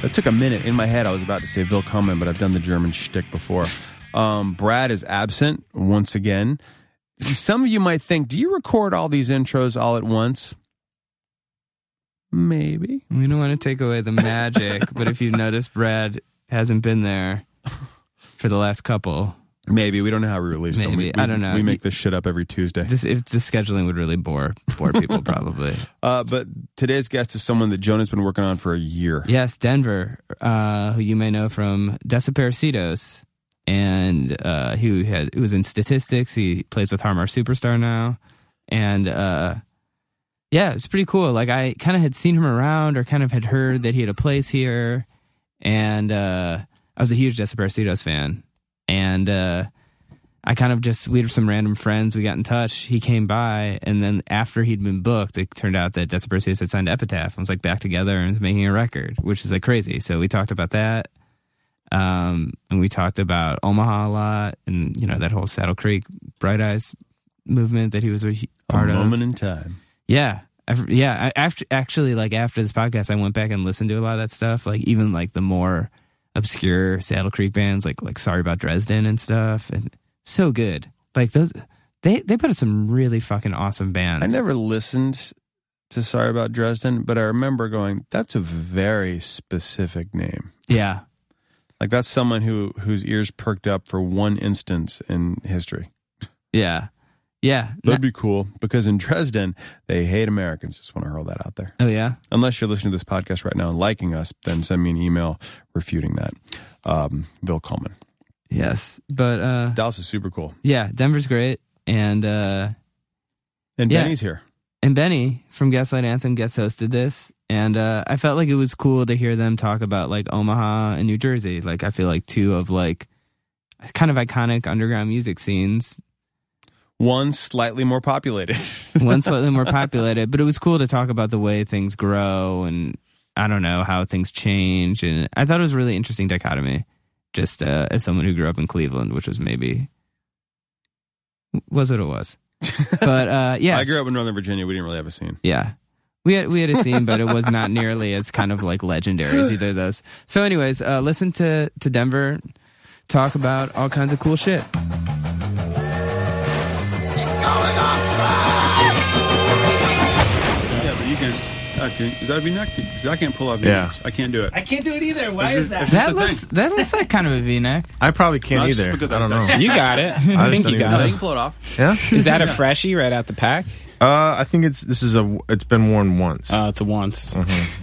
That took a minute in my head. I was about to say willkommen, but I've done the German shtick before. Um, Brad is absent once again. Some of you might think, do you record all these intros all at once? Maybe. We don't want to take away the magic, but if you notice, Brad hasn't been there for the last couple. Maybe. We don't know how we release them. We, Maybe. we- I don't know. We make this shit up every Tuesday. This if the scheduling would really bore bore people probably. Uh, but today's guest is someone that Jonah's been working on for a year. Yes, Denver, uh, who you may know from Desaparecidos, and uh, who had who was in statistics. He plays with Harmar Superstar now, and uh, yeah, it's pretty cool. Like I kind of had seen him around, or kind of had heard that he had a place here, and uh, I was a huge Desaparecidos fan, and. Uh, I kind of just we had some random friends. We got in touch. He came by, and then after he'd been booked, it turned out that Desaparecidos had signed Epitaph. and was like back together and was making a record, which is like crazy. So we talked about that, um, and we talked about Omaha a lot, and you know that whole Saddle Creek Bright Eyes movement that he was a he- part a of. moment in time. Yeah. I've- yeah. I, after, actually, like after this podcast, I went back and listened to a lot of that stuff. Like even like the more obscure Saddle Creek bands, like like Sorry About Dresden and stuff, and so good. Like those, they they put out some really fucking awesome bands. I never listened to Sorry About Dresden, but I remember going, that's a very specific name. Yeah. Like that's someone who whose ears perked up for one instance in history. Yeah. Yeah. That'd be cool because in Dresden they hate Americans. Just want to hurl that out there. oh yeah. Unless you're listening to this podcast right now and liking us, then send me an email refuting that. Um, Bill Coleman. Yes. But uh, Dallas is super cool, yeah, Denver's great, and uh, and Yeah. Benny's here. and Benny from Gaslight Anthem guest hosted this, and uh, I felt like it was cool to hear them talk about like Omaha and New Jersey. Like I feel like two of like kind of iconic underground music scenes, One slightly more populated. one slightly more populated, but it was cool to talk about the way things grow and I don't know how things change. And I thought it was a really interesting dichotomy, just uh, as someone who grew up in Cleveland, which was maybe was what it was. But uh, yeah, I grew up in Northern Virginia. We didn't really have a scene. Yeah. We had we had a scene, but it was not nearly as kind of like legendary as either of those. So, anyways, uh, listen to to Denver talk about all kinds of cool shit. Yeah, but you can. I can. Is that be neck? Because I can't pull off. Yeah, I can't do it. I can't do it either. Why is that? That's That the looks that looks like kind of a V neck. I probably can't No, it's just either. because I I don't was know. You got it. I, just think don't you even got know. you it. can pull it off. Yeah. Is that a freshie right out the pack? Uh, I think it's this is a it's been worn once. Oh, it's a Mm-hmm. once.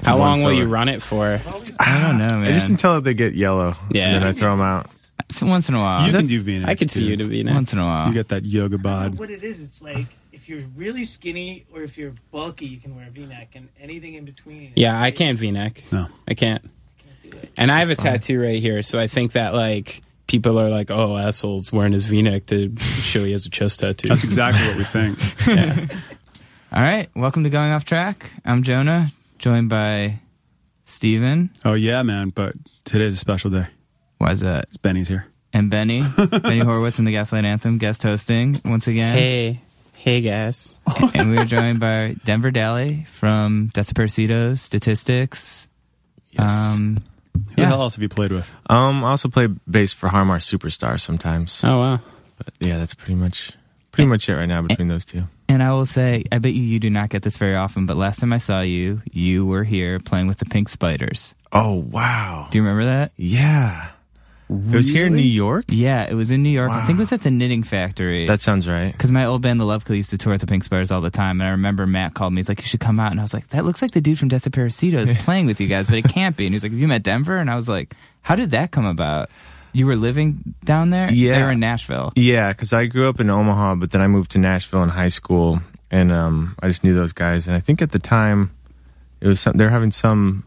How Once long will you over. run it for? I don't know, man. I just until they get yellow. Yeah. And then I throw them out. It's once in a while. You can do Venus. I could see you to be once next. in a while. You got that yoga bod. What it is, it's like if you're really skinny or if you're bulky, you can wear a V-neck and anything in between. Yeah, I can't V-neck. No. I can't. And I have a tattoo right here, so I think that like people are like, "Oh, asshole's wearing his V-neck to show he has a chest tattoo." That's exactly what we think. all right, welcome to Going Off Track. I'm Jonah, joined by Steven. Oh yeah, man. But today's a special day. Why's that? It's Benny's here. And Benny, Benny Horowitz from the Gaslight Anthem, guest hosting once again. hey, Hey guys. and we are joined by Denver Daly from Desaparecidos Statistics. Um, Who the hell else have you played with? Um, I also play bass for Harmar Superstar sometimes. Oh wow. But yeah, that's pretty much pretty much it right now between those two. and I will say, I bet you you do not get this very often, but last time I saw you, you were here playing with the Pink Spiders. Oh wow. Do you remember that? Yeah. It was here in New York? Yeah, it was in New York. I think it Wow. was at the Knitting Factory. That sounds right. because my old band, The Love Kill, used to tour with the Pink Spiders all the time, and I remember Matt called me. He's like, "You should come out," and I was like, "That looks like the dude from Desaparecidos playing with you guys, but it can't be." And he's like, "Have you met Denver?" And I was like, "How did that come about? You were living down there? Yeah. they were in Nashville. Yeah, because I grew up in Omaha, but then I moved to Nashville in high school, and um, I just knew those guys. And I think at the time, it was some, they're having some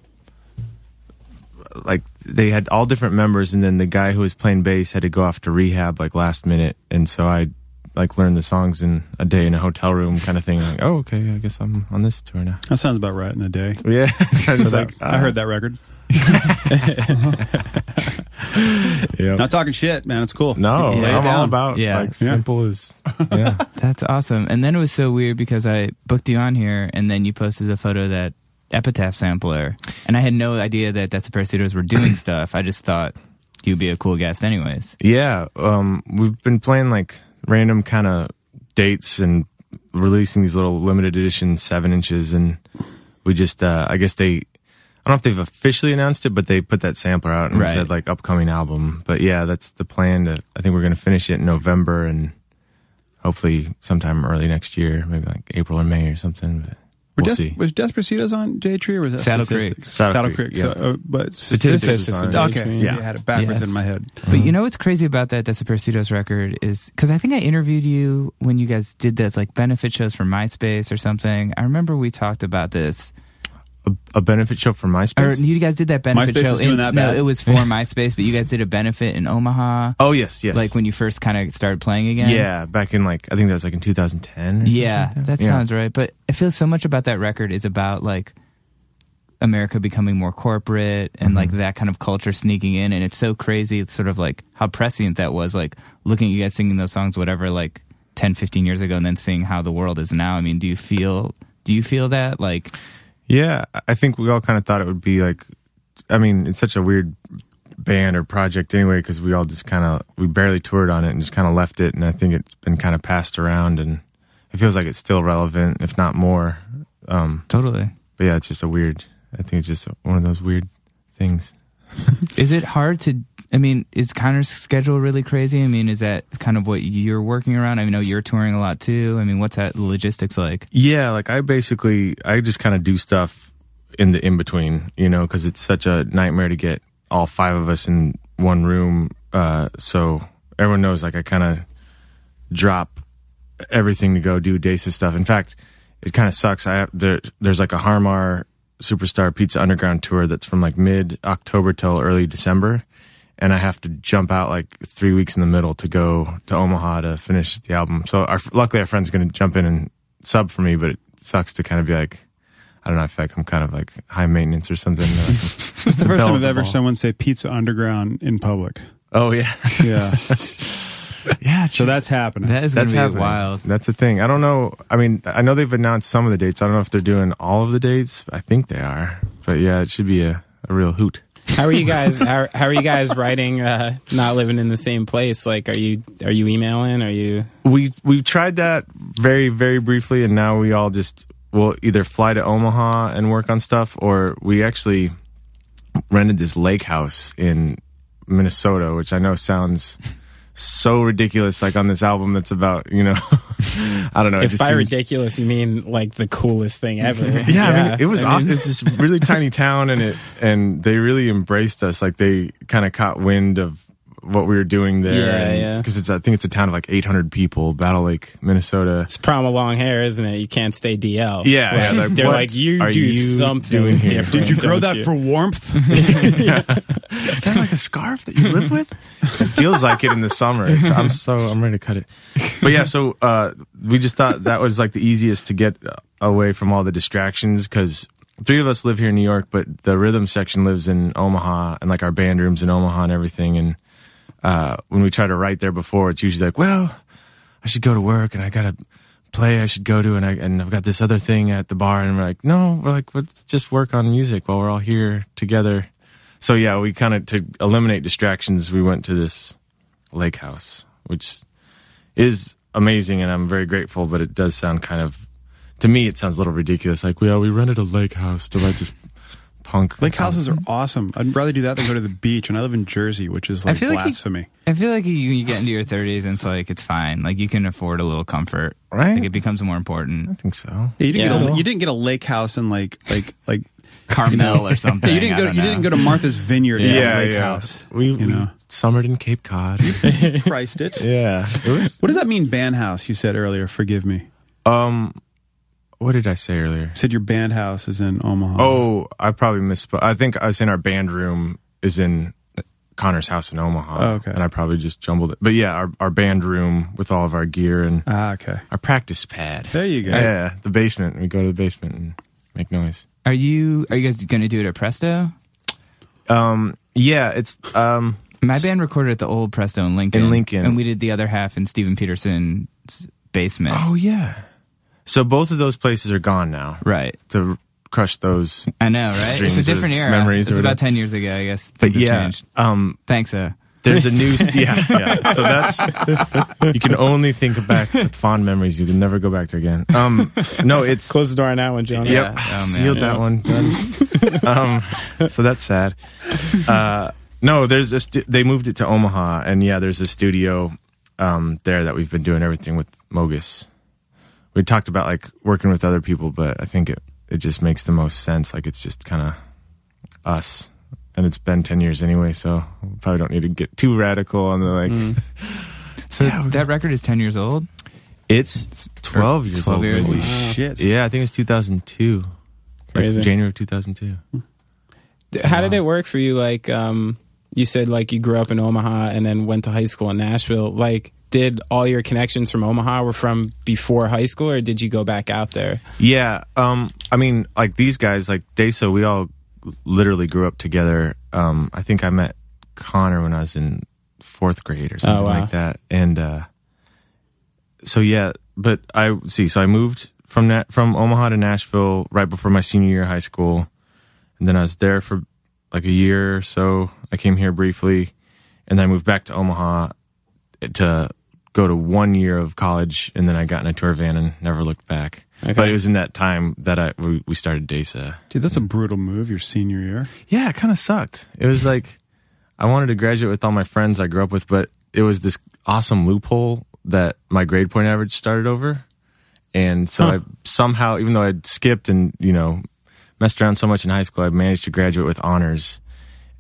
like they had all different members, and then the guy who was playing bass had to go off to rehab like last minute, and so I like learned the songs in a day in a hotel room kind of thing. Like, oh, okay, I guess I'm on this tour now. That sounds about right in the day. Yeah, I It's like, I heard that record. Not talking shit, man. It's cool. No, Lay it I'm all down. about Yeah. like Yeah. simple as yeah. That's awesome." And then it was so weird because I booked you on here, and then you posted a photo of that epitaph sampler, and I had no idea that Desaparecidos were doing stuff. I just thought you'd be a cool guest, anyways. Yeah, um, we've been playing like random kind of dates and releasing these little limited edition seven inches, and we just uh, I guess they I don't know if they've officially announced it, but they put that sampler out and Right. said like upcoming album. But yeah, that's the plan. To, I think we're gonna finish it in November and hopefully sometime early next year, maybe like April or May or something. But Were Des- we'll see. Was Desperacitos on J Tree or was that Saddle Statistics? Creek. Saddle Saddle Creek, Creek. so, yeah. uh, but Statistics is on Okay, J3. yeah, I had it backwards Yes. in my head. But you know what's crazy about that Desaparecidos record is because I think I interviewed you when you guys did those like benefit shows for MySpace or something. I remember we talked about this, A, a benefit show for or MySpace. you guys did that benefit MySpace show. was doing in, that no, bad. it was for MySpace, but you guys did a benefit in Omaha, oh yes, yes. like when you first kind of started playing again. yeah, back in like I think that was like in 2010. Or yeah, something like that Yeah. sounds right. But I feel so much about that record is about like America becoming more corporate and like that kind of culture sneaking in, and it's so crazy. It's sort of like how prescient that was. Like looking at you guys singing those songs, whatever, like 10, 15 years ago, and then seeing how the world is now. I mean, do you feel? Do you feel that? Like, Yeah, I- I think we all kind of thought it would be like, I mean, it's such a weird band or project anyway because we all just kind of we barely toured on it and just kind of left it, and I think it's been kind of passed around, and it feels like it's still relevant, if not more. Um, totally. but yeah, it's just a weird. I think it's just one of those weird things. Is it hard to? I mean, is Connor's schedule really crazy? I mean, is that kind of what you're working around? I know you're touring a lot too. I mean, what's that logistics like? Yeah, like I basically I just kind of do stuff in the in between, you know, because it's such a nightmare to get all five of us in one room. Uh, so everyone knows, like I kind of drop everything to go do Desa stuff. In fact, it kind of sucks. I there, there's like a Harmar Superstar Pizza Underground tour that's from like mid October till early December, and I have to jump out like three weeks in the middle to go to Omaha to finish the album. So our, luckily, our friend's going to jump in and sub for me, but it sucks to kind of be like. I don't know. I feel like I'm kind of like high maintenance or something. It's the first time I've Bell. ever someone say Pizza Underground in public. oh yeah, Yeah, yeah. so that's happening. That is going to be wild. That's the thing. I don't know. I mean, I know they've announced some of the dates. I don't know if they're doing all of the dates. I think they are. But yeah, it should be a, a real hoot. How are you guys how, how are you guys writing uh not living in the same place? Like are you are you emailing? Are you We we've tried that very very briefly, and now we all just will either fly to Omaha and work on stuff, or we actually rented this lake house in Minnesota, which I know sounds so ridiculous. Like on this album, that's about you know, I don't know. it if just by seems- ridiculous you mean like the coolest thing ever. yeah, I mean, it was I awesome. mean, It's this really tiny town, and it and they really embraced us. Like they kind of caught wind of what we were doing there. Yeah, yeah. Because it's I think it's a town of like 800 people, Battle Lake, Minnesota. It's prom of long hair, isn't it? You can't stay Yeah, DL. yeah, Like, like, they're what like you are do you something doing here? different. Did you grow don't that you? for warmth? Is that like a scarf that you live with? it feels like it in the summer. I'm so I'm ready to cut it. But yeah, so uh, we just thought that was like the easiest to get away from all the distractions because three of us live here in New York, but the rhythm section lives in Omaha, and like our band rooms in Omaha and everything. And uh, when we try to write there before, it's usually like, well, I should go to work and I gotta play I should go to, and I and I've got this other thing at the bar, and we're like, no, we're like, let's just work on music while we're all here together. So yeah, we kind of to eliminate distractions, we went to this lake house, which is amazing, and I'm very grateful. But it does sound kind of, to me, it sounds a little ridiculous. Like, well, we rented a lake house to write this punk Lake houses are awesome. I'd rather do that than go to the beach. And I live in Jersey, which is like feel like you- blasphemy. I feel like you, you get into your 30s and it's like it's fine. Like you can afford a little comfort. Right. Like it becomes more I important. think so. Yeah, you didn't Yeah. get a you didn't get a lake house in like like like Carmel or something. you didn't I go don't you know. didn't go to Martha's Vineyard and have a lake house. We, you we know summered in Cape Cod. priced it. yeah. It was, What does that mean, band house? You said earlier. Forgive me. You um, what did I say earlier? said your band house is in Omaha. Oh, I probably misspoke. I think I was in our band room is in Connor's house in Omaha. Oh, okay. And I probably just jumbled it. But yeah, our, our band room with all of our gear and ah, okay. our practice pad. There you go. Yeah, the basement. We go to the basement and make noise. Are you Are you guys going to do it at Presto? Um, yeah, it's um, My band recorded at the old Presto in Lincoln. In Lincoln. and we did the other half in Steven Peterson's basement. oh yeah. So both of those places are gone now. Right. To crush those I know, right? Dreams it's a different or era. memories or it's about whatever. ten years ago, I guess. but Things have yeah, changed. um, Thanks, uh. there's a new yeah, yeah. So that's you can only think back with fond memories. You can never go back there again. Um, no, it's Close the door on that one, John. yep, Oh, man. sealed that one. Done. um, so that's sad. Uh, no, there's a stu- they moved it to Omaha, and yeah, there's a studio um, there that we've been doing everything with Mogus. We talked about like working with other people, but I think it it just makes the most sense. Like it's just kind of us. And it's been ten years anyway, so we probably don't need to get too radical on the like. So that record is ten years old. Uh, It's twelve years 12 old. years. baby. shit. Yeah, I think it's two thousand two. Like Crazy. January of two thousand two. How did it work for you? Like, um, you said like you grew up in Omaha and then went to high school in Nashville. Like, did all your connections from Omaha were from before high school, or did you go back out there? Yeah. Um, I mean, like these guys, like Desa, we all literally grew up together. Um, I think I met Connor when I was in fourth grade or something wow. like that. And uh, so, yeah, but I see. So I moved from that from Omaha to Nashville right before my senior year of high school. And then I was there for like a year or so. I came here briefly and then I moved back to Omaha to go to one year of college, and then I got in a tour van and never looked back. But it was in that time that I we, we started Desa. Dude, that's a brutal move. Your senior year. Yeah, it kind of sucked. It was like I wanted to graduate with all my friends I grew up with, but it was this awesome loophole that my grade point average started over, and so I somehow, even though I'd skipped and you know messed around so much in high school, I managed to graduate with honors.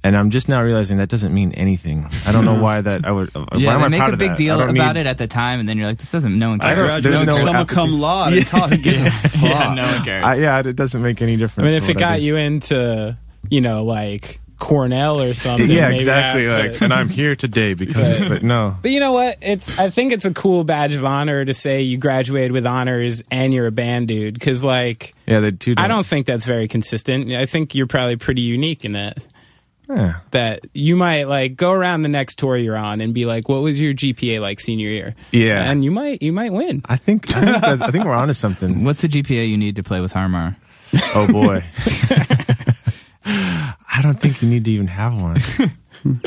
And I'm just now realizing that doesn't mean anything. I don't know why that I would. why yeah, am they I make proud a of big that? I deal don't about need- it at the time, and then you're like, this doesn't. No one I cares. don't- there's Graduated no summa cum application. laude. in college. Give a fuck. yeah, no one cares. I, yeah, it doesn't make any I difference. mean, to if what it got did. you into, you know, like Cornell or something. yeah, maybe exactly. that, like, but- and I'm here today because, but no, But you know what? It's I think it's a cool badge of honor to say you graduated with honors and you're a band dude because like yeah, they two. I don't think that's very consistent. I think you're probably pretty unique in that. Yeah. That you might like go around the next tour you're on and be like, "What was your GPA like senior year?" Yeah. and you might you might win. I think I think, that, I think we're onto something. What's the GPA you need to play with Harmar? Oh boy, I don't think you need to even have one.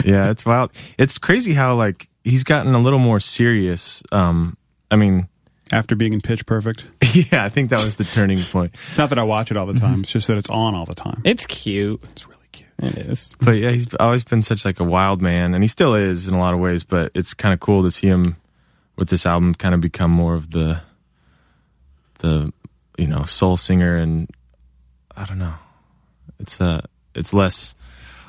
yeah, it's wild. It's crazy how like he's gotten a little more serious. Um, I mean, After being in Pitch Perfect, yeah, I think that was the turning point. it's not that I watch it all the time. It's just that it's on all the time. It's cute. It's really cute. It is. but yeah, he's always been such like a wild man, and he still is in a lot of ways. But it's kind of cool to see him with this album kind of become more of the the you know soul singer, and I don't know, it's uh it's less.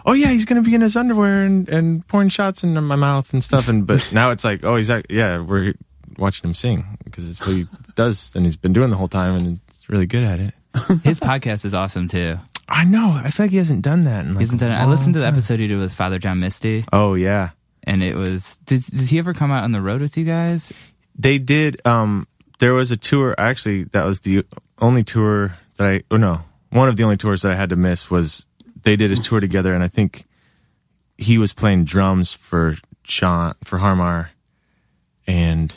Oh yeah, he's gonna be in his underwear and and pouring shots into my mouth and stuff. And but now it's like, oh, he's act- yeah, we're watching him sing because it's what he does, and he's been doing the whole time, and he's really good at it. His podcast is awesome too. I know. I feel like he hasn't done that. In like Isn't a that? I long listened to the time. episode you did with Father John Misty, Oh yeah. and it was. Did, does he ever come out on the road with you guys? they did um there was a tour actually that was the only tour that i oh no one of the only tours that i had to miss was they did a tour together and i think he was playing drums for sean for harmar and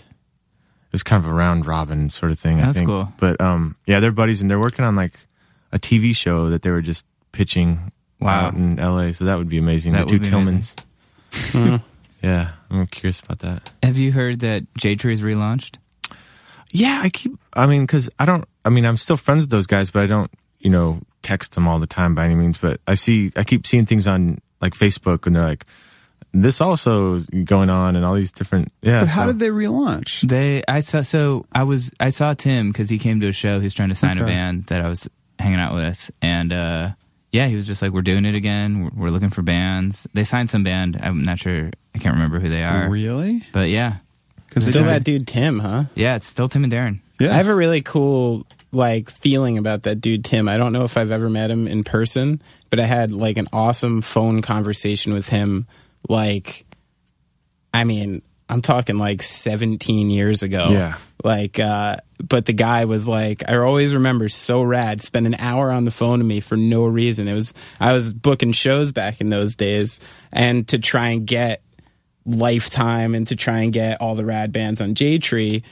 was kind of a round robin sort of thing. I That's think. cool. But um, yeah, they're buddies, and they're working on like a TV show that they were just pitching Wow. out in LA. So that would be amazing. That the two would be Tillmans. amazing. yeah, I'm curious about that. Have you heard that J Tree is relaunched? Yeah, I keep. I mean, because I don't. I mean, I'm still friends with those guys, but I don't. You know, text them all the time by any means. But I see. I keep seeing things on like Facebook, and they're like, "This also is going on," and all these different. Yeah. But how so- did they relaunch? They, I saw. So I was, I saw Tim because he came to a show. He's trying to sign a Okay. band that I was hanging out with, and uh, yeah, he was just like, "We're doing it again. We're, we're looking for bands." They signed some band. I'm not sure. I can't remember who they are. Really? But yeah, Because Still that dude Tim, huh? yeah, it's still Tim and Darren. Yeah. I have a really cool like feeling about that dude Tim. I don't know if I've ever met him in person, but I had like an awesome phone conversation with him like I mean, I'm talking like 17 years ago. Yeah. Like uh but the guy was like I always remember so rad spent an hour on the phone to me for no reason. It was I was booking shows back in those days and to try and get Lifetime and to try and get all the rad bands on J Tree.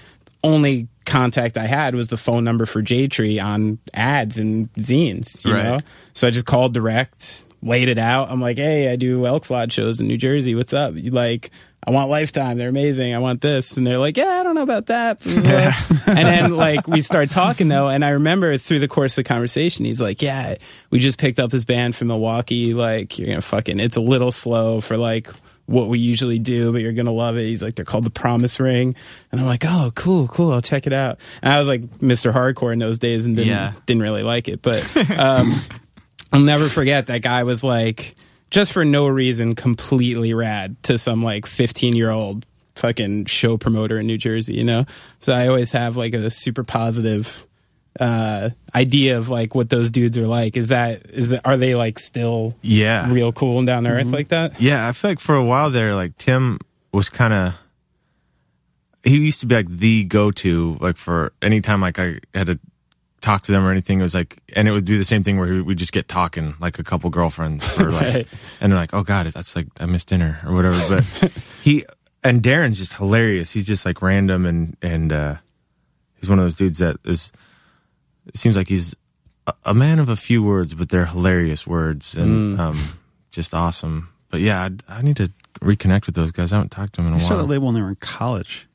Only contact I had was the phone number for J Tree on ads and zines, you Right. know? So I just called direct, laid it out. I'm like, hey, I do Elks Lodge shows in New Jersey. What's up? You like, I want Lifetime. They're amazing. I want this. And they're like, yeah, I don't know about that. blah, blah, blah. and then, like, we start talking, though. And I remember through the course of the conversation, he's like, yeah, we just picked up this band from Milwaukee. Like, you're going to fucking, it's a little slow for like, what we usually do, but you're gonna love it. He's like, they're called the Promise Ring, and I'm like, oh, cool, cool, I'll check it out. And I was like, Mr. Hardcore in those days, and didn't Yeah. didn't really like it, but um, I'll never forget that guy was like, just for no reason, completely rad to some like 15 year old fucking show promoter in New Jersey, you know? So I always have like a super positive uh idea of like what those dudes are like is that is that are they like still yeah. Mm-hmm. real cool and down to earth like that Yeah, I feel like for a while there, like Tim was kind of. He used to be like the go-to, like for any time like I had to talk to them or anything. It was like, and it would do the same thing where we just get talking, like a couple girlfriends, or like, Right. and they're like, "Oh God, that's like I missed dinner or whatever." But he and Darren's just hilarious. He's just like random and and uh, he's one of those dudes that is. It seems like he's a, a man of a few words, but they're hilarious words and um, just awesome. But yeah, I, I need to reconnect with those guys. I haven't talked to them in a I saw while. that label when they were in college.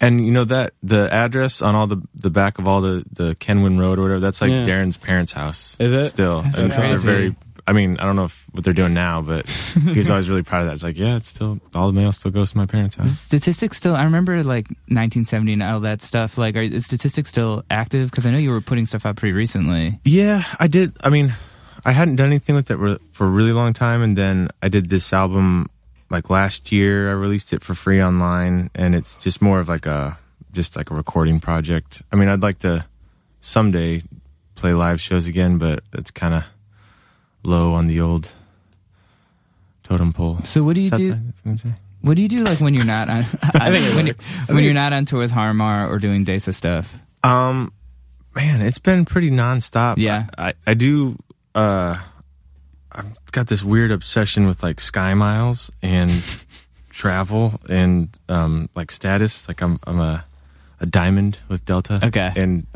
And you know that the address on all the the back of all the the Kenwin Road or whatever that's like Yeah. Darren's parents' house. Is it? still? That's And crazy. They're very. I mean, I don't know if, what they're doing now, but he was always really proud of that. It's like, yeah, it's still all the mail still goes to my parents' house. Statistics still. I remember like 1970 and all that stuff. Like, are is statistics still active? Because I know you were putting stuff out pretty recently. Yeah, I did. I mean, I hadn't done anything with it re- for a really long time, and then I did this album like last year. I released it for free online, and it's just more of like a just like a recording project. I mean, I'd like to someday play live shows again, but it's kind of low on the old totem pole. So what do you Is that do? what I was gonna say? What do you do like when you're not on? I think when, you, when you're not on tour with Harmar or doing Desa stuff. Um, man, it's been pretty nonstop. Yeah. I, I, I do. Uh, I've got this weird obsession with like sky miles and travel and um like status. Like I'm I'm a a diamond with Delta. Okay. and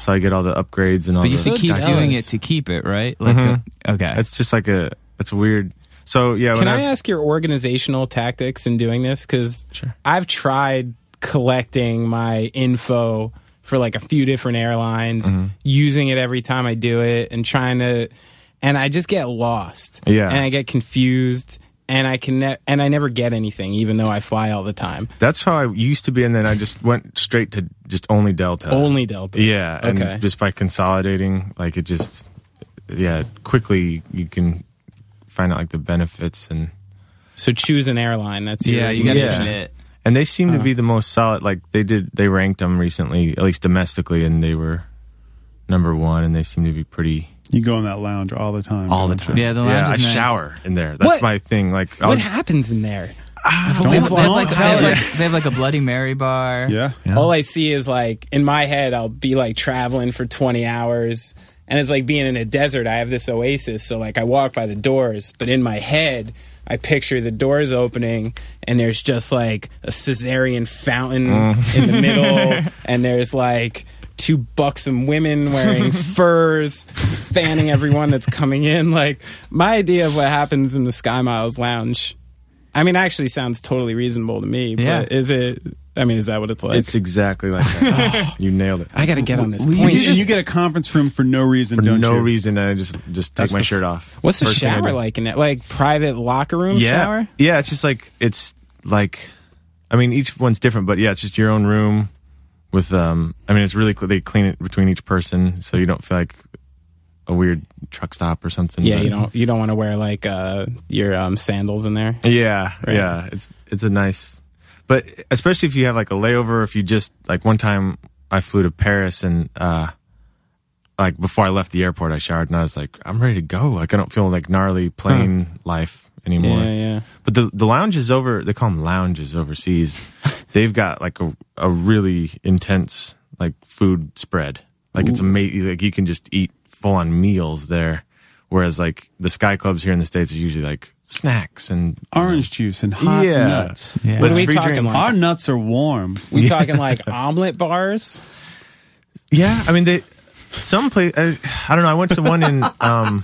so I get all the upgrades and all. But you the should keep jealous. doing it to keep it right. Like, Mhm. don't- okay, It's just like a it's weird. So yeah, when Can I I ask your organizational tactics in doing this? Because I've tried collecting my info for like a few different airlines, Mm-hmm. using it every time I do it, and trying to, and I just get lost. Yeah. and I get confused, and I can, ne- and I never get anything, even though I fly all the time. that's how I used to be, and then I just went straight to just only Delta. Only Delta. Uh, Yeah, and Okay. just by consolidating, like it just, yeah, quickly you can find out like the benefits and So choose an airline. That's your yeah, you got to Yeah. commit. and they seem to be the most solid. Like they did, they ranked them recently, at least domestically, and they were number one, and they seem to be pretty You go in that lounge all the time. all the don't time. Yeah, the yeah, I lounge is nice. shower in there. That's What? my thing. Like, What I'll- happens in there? They Don't- have, they have don't like, they tell have her. like- they have like a Bloody Mary bar. you? Yeah. All I see is like in my head, I'll be like traveling for 20 hours And it's like being in a desert. I have this oasis. So, like, I walk by the doors, but in my head, I picture the doors opening and there's just like a Caesarean fountain in the middle, and there's like two buxom women wearing furs, fanning everyone that's coming in. Like, my idea of what happens in the Sky Miles Lounge. I mean, actually, sounds totally reasonable to me. Yeah. But is it? I mean, is that what it's like? It's exactly like that. you nailed it. I got to get on this You, point. just, you get a conference room for no reason, For don't no you? reason, I just just take That's my the- shirt off. What's the First thing I shower do. like in that? Like private locker room yeah. Mm-hmm. shower? Yeah, it's just like it's like I mean each one's different, but yeah, it's just your own room with um I mean it's really cl- they clean it between each person so you don't feel like a weird truck stop or something. Yeah, but- you don't you don't want to wear like uh, your um, sandals in there. Yeah, yeah. It's it's a nice but especially if you have like a layover, if you just like one time I flew to Paris and uh like before I left the airport I showered and I was like, I'm ready to go. Like I don't feel like gnarly plane life anymore. Yeah, yeah. But the the lounges over they call them lounges overseas. They've got like a a really intense like food spread. Like it's amazing. Like you can just eat full on meals there, whereas like the Sky Clubs here in the states are usually like snacks and Orange juice and hot Yeah. nuts. Yeah. What it's are we free talking drinks. Our like? nuts are warm. We talking like omelet bars? Yeah, I mean they some place I, I don't know. I went to one in um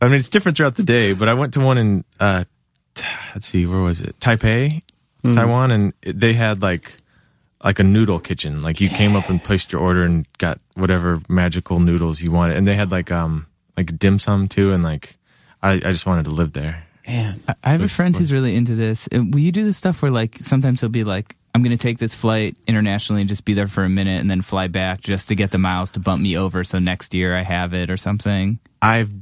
I mean it's different throughout the day, but I went to one in uh t- let's see where was it? Taipei, Taiwan and it- they had like like a noodle kitchen. Like you came up and placed your order and got whatever magical noodles you wanted. And they had like um like dim sum too and like I, I just wanted to live there. I- I have a friend who's really into this. Uh, Will you do this stuff where, like, sometimes he'll be like, I'm going to take this flight internationally and just be there for a minute and then fly back just to get the miles to bump me over so next year I have it or something? I've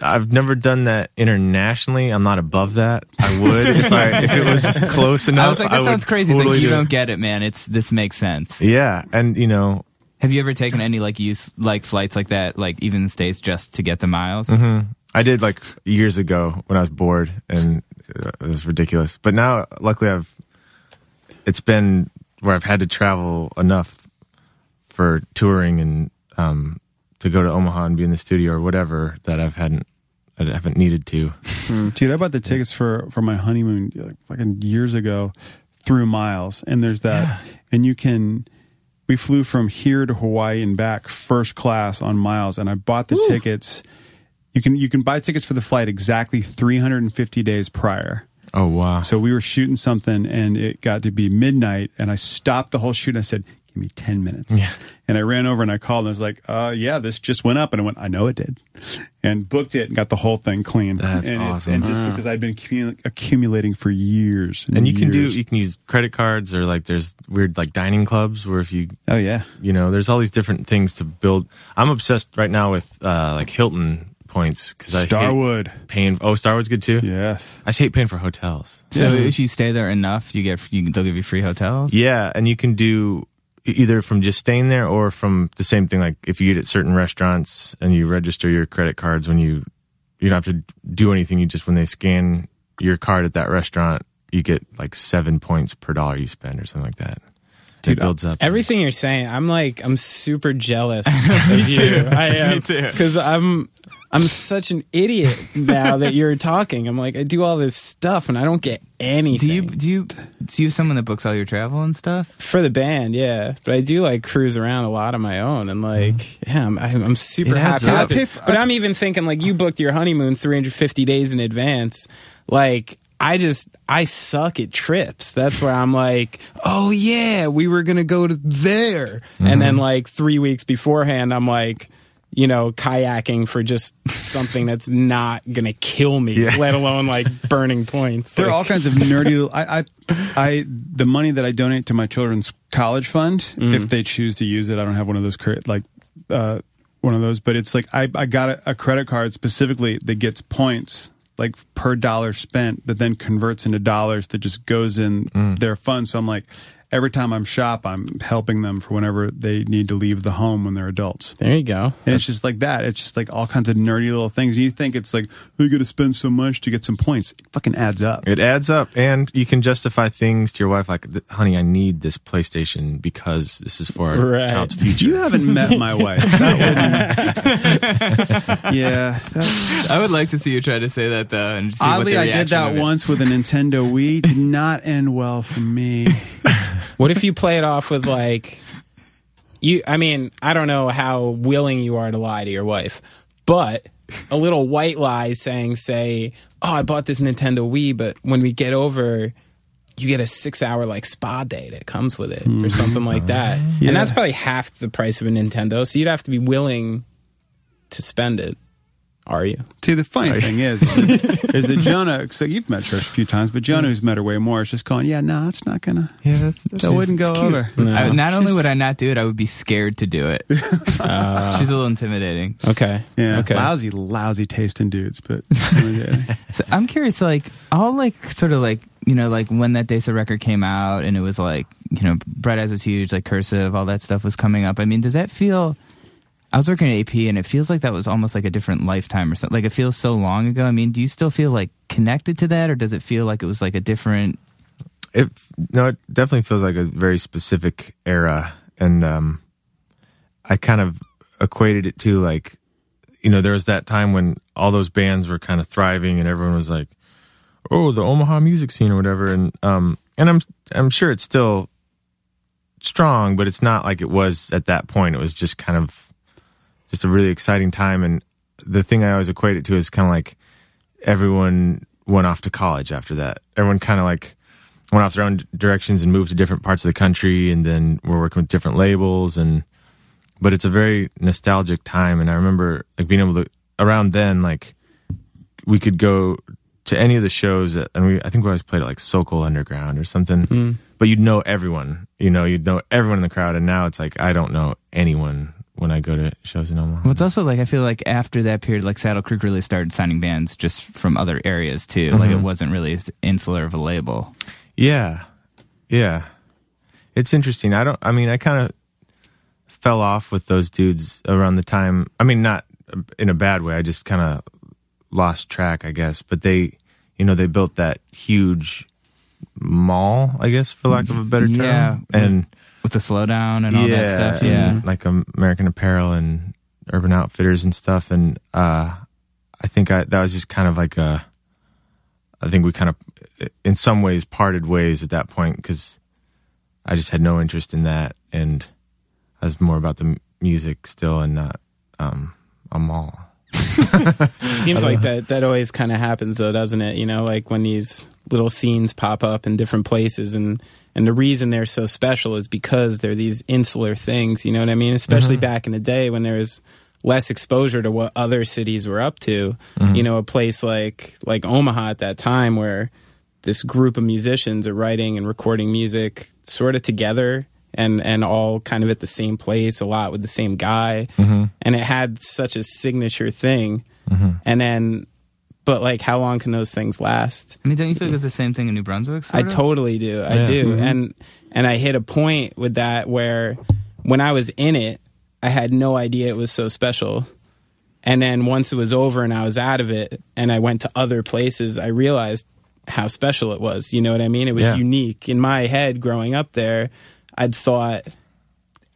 I've never done that internationally. I'm not above that. I would if, I, if it was close enough. I was like, that would sounds crazy. He's totally like, you do it. don't get it, man. It's This makes sense. Yeah, and you know, Have you ever taken any, like, use, like, flights like that, like, even in the States just to get the miles? I did like years ago when I was bored, and uh, it was ridiculous. But now, luckily, I've it's been where I've had to travel enough for touring and um, to go to Omaha and be in the studio or whatever that I've hadn't I haven't needed to. Dude, I bought the tickets for for my honeymoon like fucking years ago through Miles, and there's that, and you can. We flew from here to Hawaii and back first class on Miles, and I bought the tickets. You can you can buy tickets for the flight exactly 350 days prior. Oh wow! So we were shooting something, and it got to be midnight, and I stopped the whole shoot. and I said, "Give me 10 minutes." Yeah. And I ran over and I called, and I was like, uh, "Yeah, this just went up," and I went, "I know it did," and booked it and got the whole thing clean. That's and it- awesome. and just because I'd been accumu- accumulating for years, and, and you can do e- years. you can use credit cards or like there's weird like dining clubs where if you Oh yeah. you know there's all these different things to build i'm obsessed right now with uh like hilton points because i hate Starwood. paying oh starwood's good too Yes. i just hate paying for hotels So if you stay there enough, you get you, they'll give you free hotels. yeah and you can do e- either from just staying there or from the same thing like if you eat at certain restaurants and you register your credit cards when you you don't have to do anything you just when they scan your card at that restaurant you get like seven points per dollar you spend or something like that Dude, it builds up Everything you're saying, I'm like I'm super jealous of you. I am because I'm I'm such an idiot now that you're talking. I'm like I do all this stuff and I don't get anything. Do you do you do you have someone that books all your travel and stuff? for the band, yeah. But I do like cruise around a lot on my own, and like, yeah, I'm, I'm I'm super Mm-hmm. It adds happy. up. with it. but I'm even thinking like you booked your honeymoon 350 days in advance. Like, I just I suck at trips. That's where I'm like, oh yeah, we were gonna go to there, and Mm-hmm. then like three weeks beforehand, I'm like. You know, kayaking for just something that's not gonna kill me, let alone like burning points. There are Like- all kinds of nerdy. little- I, I, I, the money that I donate to my children's college fund, if they choose to use it, I don't have one of those cur- like uh, one of those, but it's like I, I got a, a credit card specifically that gets points like per dollar spent that then converts into dollars that just goes in their fund. So I'm like, every time I'm shop, I'm helping them for whenever they need to leave the home when they're adults. There you go. And it's just like that. It's just like all kinds of nerdy little things. You think it's like, we got to spend so much to get some points. It fucking adds up. It adds up, and you can justify things to your wife like, "Honey, I need this PlayStation because this is for our Right. child's future." You haven't met my wife. That wouldn't- yeah. that- I would like to see you try to say that though, and see what oddly, the I did reaction that of it- once with a Nintendo Wii. Did not end well for me. What if you play it off with like you I mean, I don't know how willing you are to lie to your wife, but a little white lie saying say, "Oh, I bought this Nintendo Wii, but when we get over, you get a 6-hour like spa day that comes with it or something like that." And that's probably half the price of a Nintendo, so you'd have to be willing to spend it. Are you? See, the funny thing is, is that, is that Jonah, so you've met Trish a few times, but Jonah, who's met her way more, is just going, yeah, no, it's not going to. Yeah, that's, That wouldn't go over. I, Uh, not only would I not do it, I would be scared to do it. She's a little intimidating. Okay. Yeah, Okay. lousy, lousy taste in dudes, but So I'm curious, like all like sort of like you know like when that Desa record came out and it was like you know Bright Eyes was huge, like Cursive, all that stuff was coming up. I mean, does that feel? I was working at AP and it feels like that was almost like a different lifetime or something. Like it feels so long ago. I mean, do you still feel like connected to that, or does it feel like it was like a different? it no it definitely feels like a very specific era and um i kind of equated it to like you know there was that time when all those bands were kind of thriving and everyone was like oh the omaha music scene or whatever and um and i'm i'm sure it's still strong but it's not like it was at that point it was just kind of just a really exciting time and the thing i always equate it to is kind of like everyone went off to college after that everyone kind of like went off their own directions and moved to different parts of the country and then we're working with different labels and but it's a very nostalgic time and i remember like being able to around then like we could go to any of the shows that- and we i think we always played at like sokol underground or something but you'd know everyone you know you'd know everyone in the crowd and now it's like i don't know anyone when i go to shows in omaha Well, it's also like I feel like after that period, like Saddle Creek really started signing bands just from other areas too. Like it wasn't really as insular of a label. Yeah. Yeah. It's interesting. I don't I mean I kind of fell off with those dudes around the time. I mean not in a bad way. I just kind of lost track, I guess. But they, you know, they built that huge mall, I guess for lack of a better term. Yeah. And with the slowdown and all that stuff. Yeah. and, like American Apparel and Urban Outfitters and stuff. And uh, I think I that was just kind of like a. I think we kind of, in some ways, parted ways at that point because I just had no interest in that, and I was more about the m- music still and not um, a mall. Seems like that that always kind of happens though, doesn't it? You know, like when these little scenes pop up in different places and and the reason they're so special is because they're these insular things, you know what I mean? Especially back in the day when there was less exposure to what other cities were up to. You know, a place like like Omaha at that time where this group of musicians are writing and recording music sort of together and and all kind of at the same place a lot with the same guy and it had such a signature thing and then but like how long can those things last I mean, don't you feel like it's the same thing in New Brunswick? i sort of? totally do i do and and i hit a point with that where when i was in it i had no idea it was so special and then once it was over and i was out of it and i went to other places i realized how special it was you know what i mean it was Yeah. unique in my head growing up there i'd thought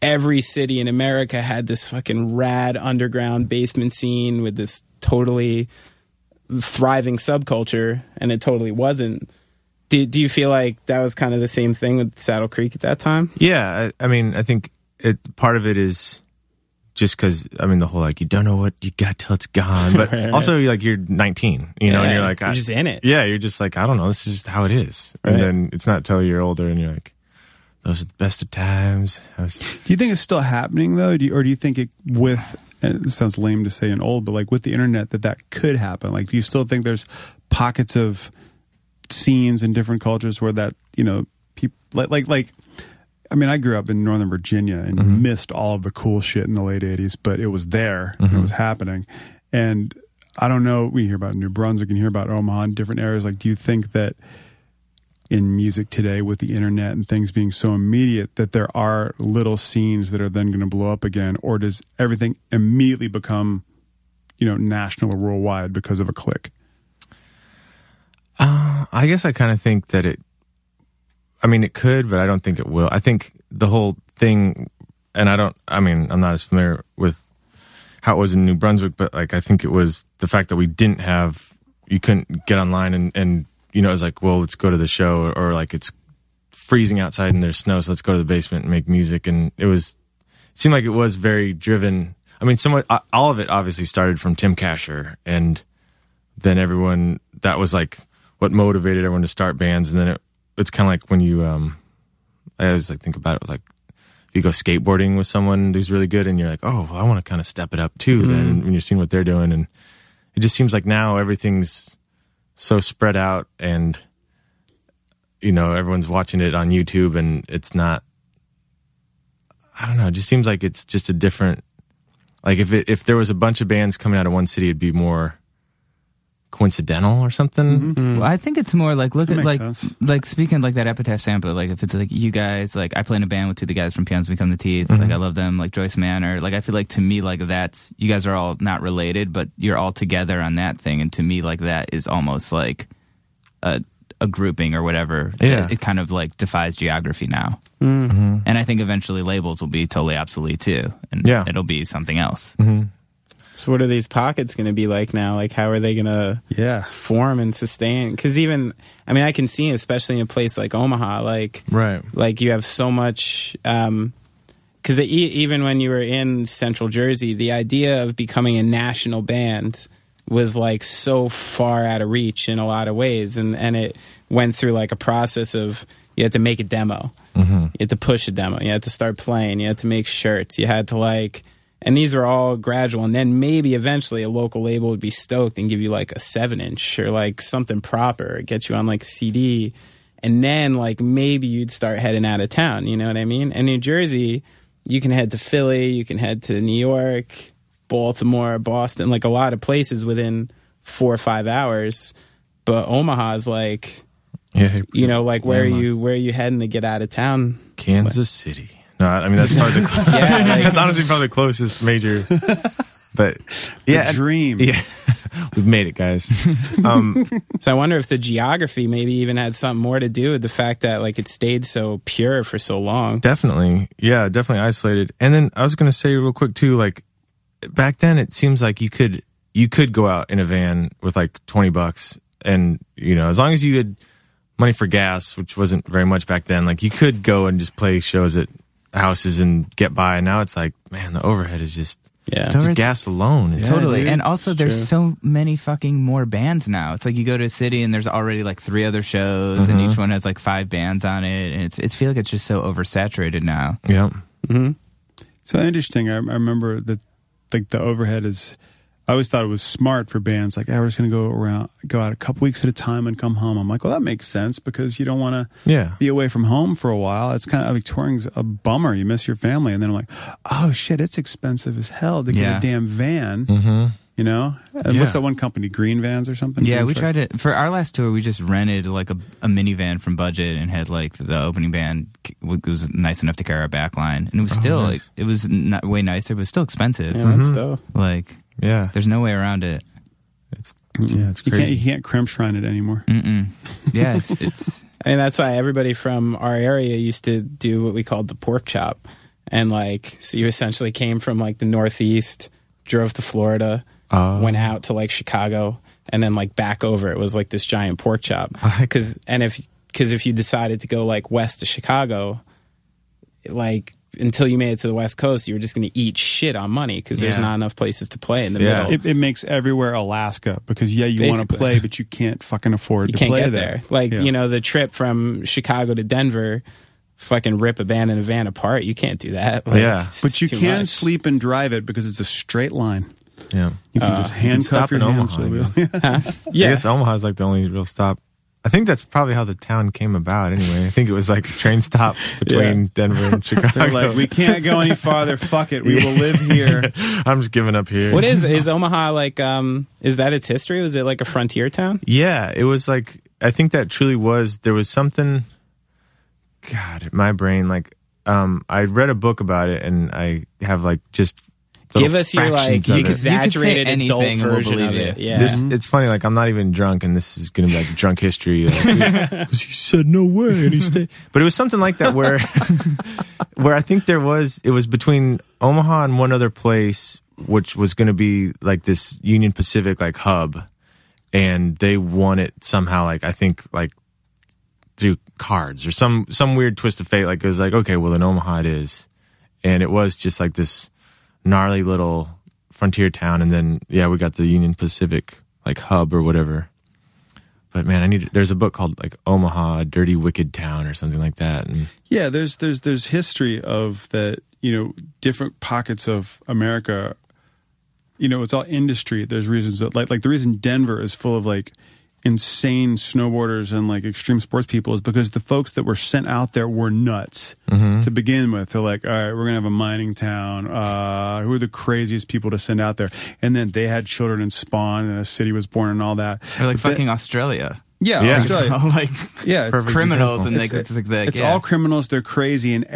every city in America had this fucking rad underground basement scene with this totally thriving subculture, and it totally wasn't. Do, do you feel like that was kind of the same thing with Saddle Creek at that time? Yeah, I, I mean, I think it part of it is just because I mean the whole like you don't know what you got till it's gone, but also like you're 19, you know, and Yeah, you're like you're I- just in it. Yeah, you're just like I don't know, this is just how it is, Right. and then it's not till you're older and you're like those are the best of times. I was- Do you think it's still happening though, do you, or do you think it with? And it sounds lame to say an old, but like with the internet, that that could happen. Like, do you still think there's pockets of scenes in different cultures where that you know people like like like. I mean, I grew up in Northern Virginia and missed all of the cool shit in the late '80s, but it was there, and it was happening, and I don't know. We hear about New Brunswick and hear about Omaha and different areas. Like, do you think that in music today with the internet and things being so immediate that there are little scenes that are then going to blow up again or does everything immediately become you know national or worldwide because of a click Uh, I guess I kind of think that it. I mean, it could, but I don't think it will. I think the whole thing, and I don't. I mean, I'm not as familiar with how it was in New Brunswick, but like I think it was the fact that we didn't have you couldn't get online and and you know it was like well let's go to the show or, or like it's freezing outside and there's snow so let's go to the basement and make music and it was it seemed like it was very driven. I mean, somewhat uh, all of it obviously started from Tim Casher and then everyone that was like what motivated everyone to start bands and then it, it's kind of like when you um i always like think about it like if you go skateboarding with someone who's really good and you're like oh well, i want to kind of step it up too then when you're seeing what they're doing and it just seems like now everything's so spread out and you know everyone's watching it on youtube and it's not i don't know it just seems like it's just a different like if it, if there was a bunch of bands coming out of one city it'd be more coincidental or something Well, I think it's more like look Mm. That at makes like sense. like speaking like that epitaph sample. Like if it's like you guys, like I play in a band with two of the guys from Pianos Become the Teeth. Like Mm-hmm. I love them. Like Joyce Manor. Like I feel like to me like that's you guys are all not related, but you're all together on that thing. And to me like that is almost like a a grouping or whatever. Yeah. It, it kind of like defies geography now. Mm-hmm. And I think eventually labels will be totally obsolete too, and Yeah. it'll be something else. So what are these pockets going to be like now? Like how are they going to yeah form and sustain? Because even I mean, I can see, especially in a place like Omaha, like Right. like you have so much um 'cause because e- even when you were in central jersey the idea of becoming a national band was like so far out of reach in a lot of ways and and it went through like a process of you had to make a demo you had to push a demo you had to start playing you had to make shirts you had to like and these were all gradual and then maybe eventually a local label would be stoked and give you like a seven inch or like something proper get you on like a cd and then like maybe you'd start heading out of town you know what i mean in new jersey you can head to philly you can head to new york baltimore boston like a lot of places within four or five hours but omaha's like Yeah. you know like where are you where are you heading to get out of town Kansas City. No, I I mean that's probably the, yeah like, that's honestly probably the closest major. But yeah, the dream yeah, we've made it, guys. Um, So I wonder if the geography maybe even had something more to do with the fact that like it stayed so pure for so long. definitely, yeah, definitely isolated. And then I was gonna say real quick too, like back then it seems like you could you could go out in a van with like twenty bucks, and you know as long as you had money for gas, which wasn't very much back then, like you could go and just play shows at houses and get by. Now it's like, man, the overhead is just Yeah. Don't- just Tourists- gas alone is Totally. dude. and also, there's so many fucking more bands now. It's like you go to a city and there's already like three other shows, and each one has like five bands on it, and it's it's feel like it's just so oversaturated now. yeah. So interesting. I, I remember that like the overhead is. I always thought it was smart for bands like, "Hey, we're just going to go around, go out a couple weeks at a time, and come home." I'm like, "Well, that makes sense because you don't want to Yeah. be away from home for a while. It's kind of like touring's a bummer. You miss your family, and then I'm like, "Oh shit, it's expensive as hell to get Yeah. a damn van." Mm-hmm. You know, And Yeah. what's that one company, Green Vans or something? Yeah, Green we Truck? tried to for our last tour. We just rented like a, a minivan from Budget and had like the opening band c- was nice enough to carry our back line, and it was still nice. like it was not, way nicer, but it was still expensive. Yeah, that's dope. Like Yeah. there's no way around it. Yeah, it's You can't, crazy. you can't crimp shrine it anymore. Mm-mm. Yeah, it's it's I mean, that's why everybody from our area used to do what we called the pork chop. And like, so you essentially came from like the Northeast, drove to Florida, Oh. Uh-huh. went out to like Chicago, and then like back over. It was like this giant pork chop. Uh-huh. Cause, and if, cause if you decided to go like west to Chicago, like until you made it to the West Coast, you were just going to eat shit on money because there's Yeah. not enough places to play in the Yeah. middle. It, it makes everywhere Alaska because yeah, you want to Basically. play, but you can't fucking afford you to can't play get there. there. Like Yeah. you know, the trip from Chicago to Denver, fucking rip a band and a van apart. You can't do that. Like, Yeah. it's But you too can much. sleep and drive it because it's a straight line. Yeah. You Uh, can just handcuff stop in your hands Omaha, to the I wheel. I Yeah, guess Omaha's like the only real stop. I think that's probably how the town came about anyway. I think it was like a train stop between Denver and Chicago. They're like, we can't go any farther. Fuck it. We will live here. I'm just giving up here. what is is Omaha like? Um, is that its history? Was it like a frontier town? Yeah, it was like I think that truly was there was something. God, my brain like um I read a book about it and I have like just little Give us your like fractions of it. exaggerated You could say adult anything, we'll version of believe it. you. Yeah. This it's funny. Like I'm not even drunk, and this is gonna be like drunk history. Because he said no way, and he stayed. But it was something like that where, where I think there was it was between Omaha and one other place, which was gonna be like this Union Pacific like hub, and they won it somehow. Like I think like through cards or some some weird twist of fate. Like it was like okay, well in Omaha it is, and it was just like this gnarly little frontier town, and then yeah, we got the Union Pacific like hub or whatever. But man, I need. There's a book called like Omaha, a Dirty Wicked Town, or something like that. And Yeah, there's there's there's history of that. You know, different pockets of America. You know, it's all industry. There's reasons that like like the reason Denver is full of like insane snowboarders and like extreme sports people is because the folks that were sent out there were nuts Mm-hmm. to begin with. They're like, all right, we're gonna have a mining town. Uh, who are the craziest people to send out there? And then they had children and spawn, and a city was born, and all that. Or like But fucking Australia. yeah, Yeah. Australia. It's all like yeah, it's- criminals and like, It's- it's, like the, it's yeah. all criminals. They're crazy, and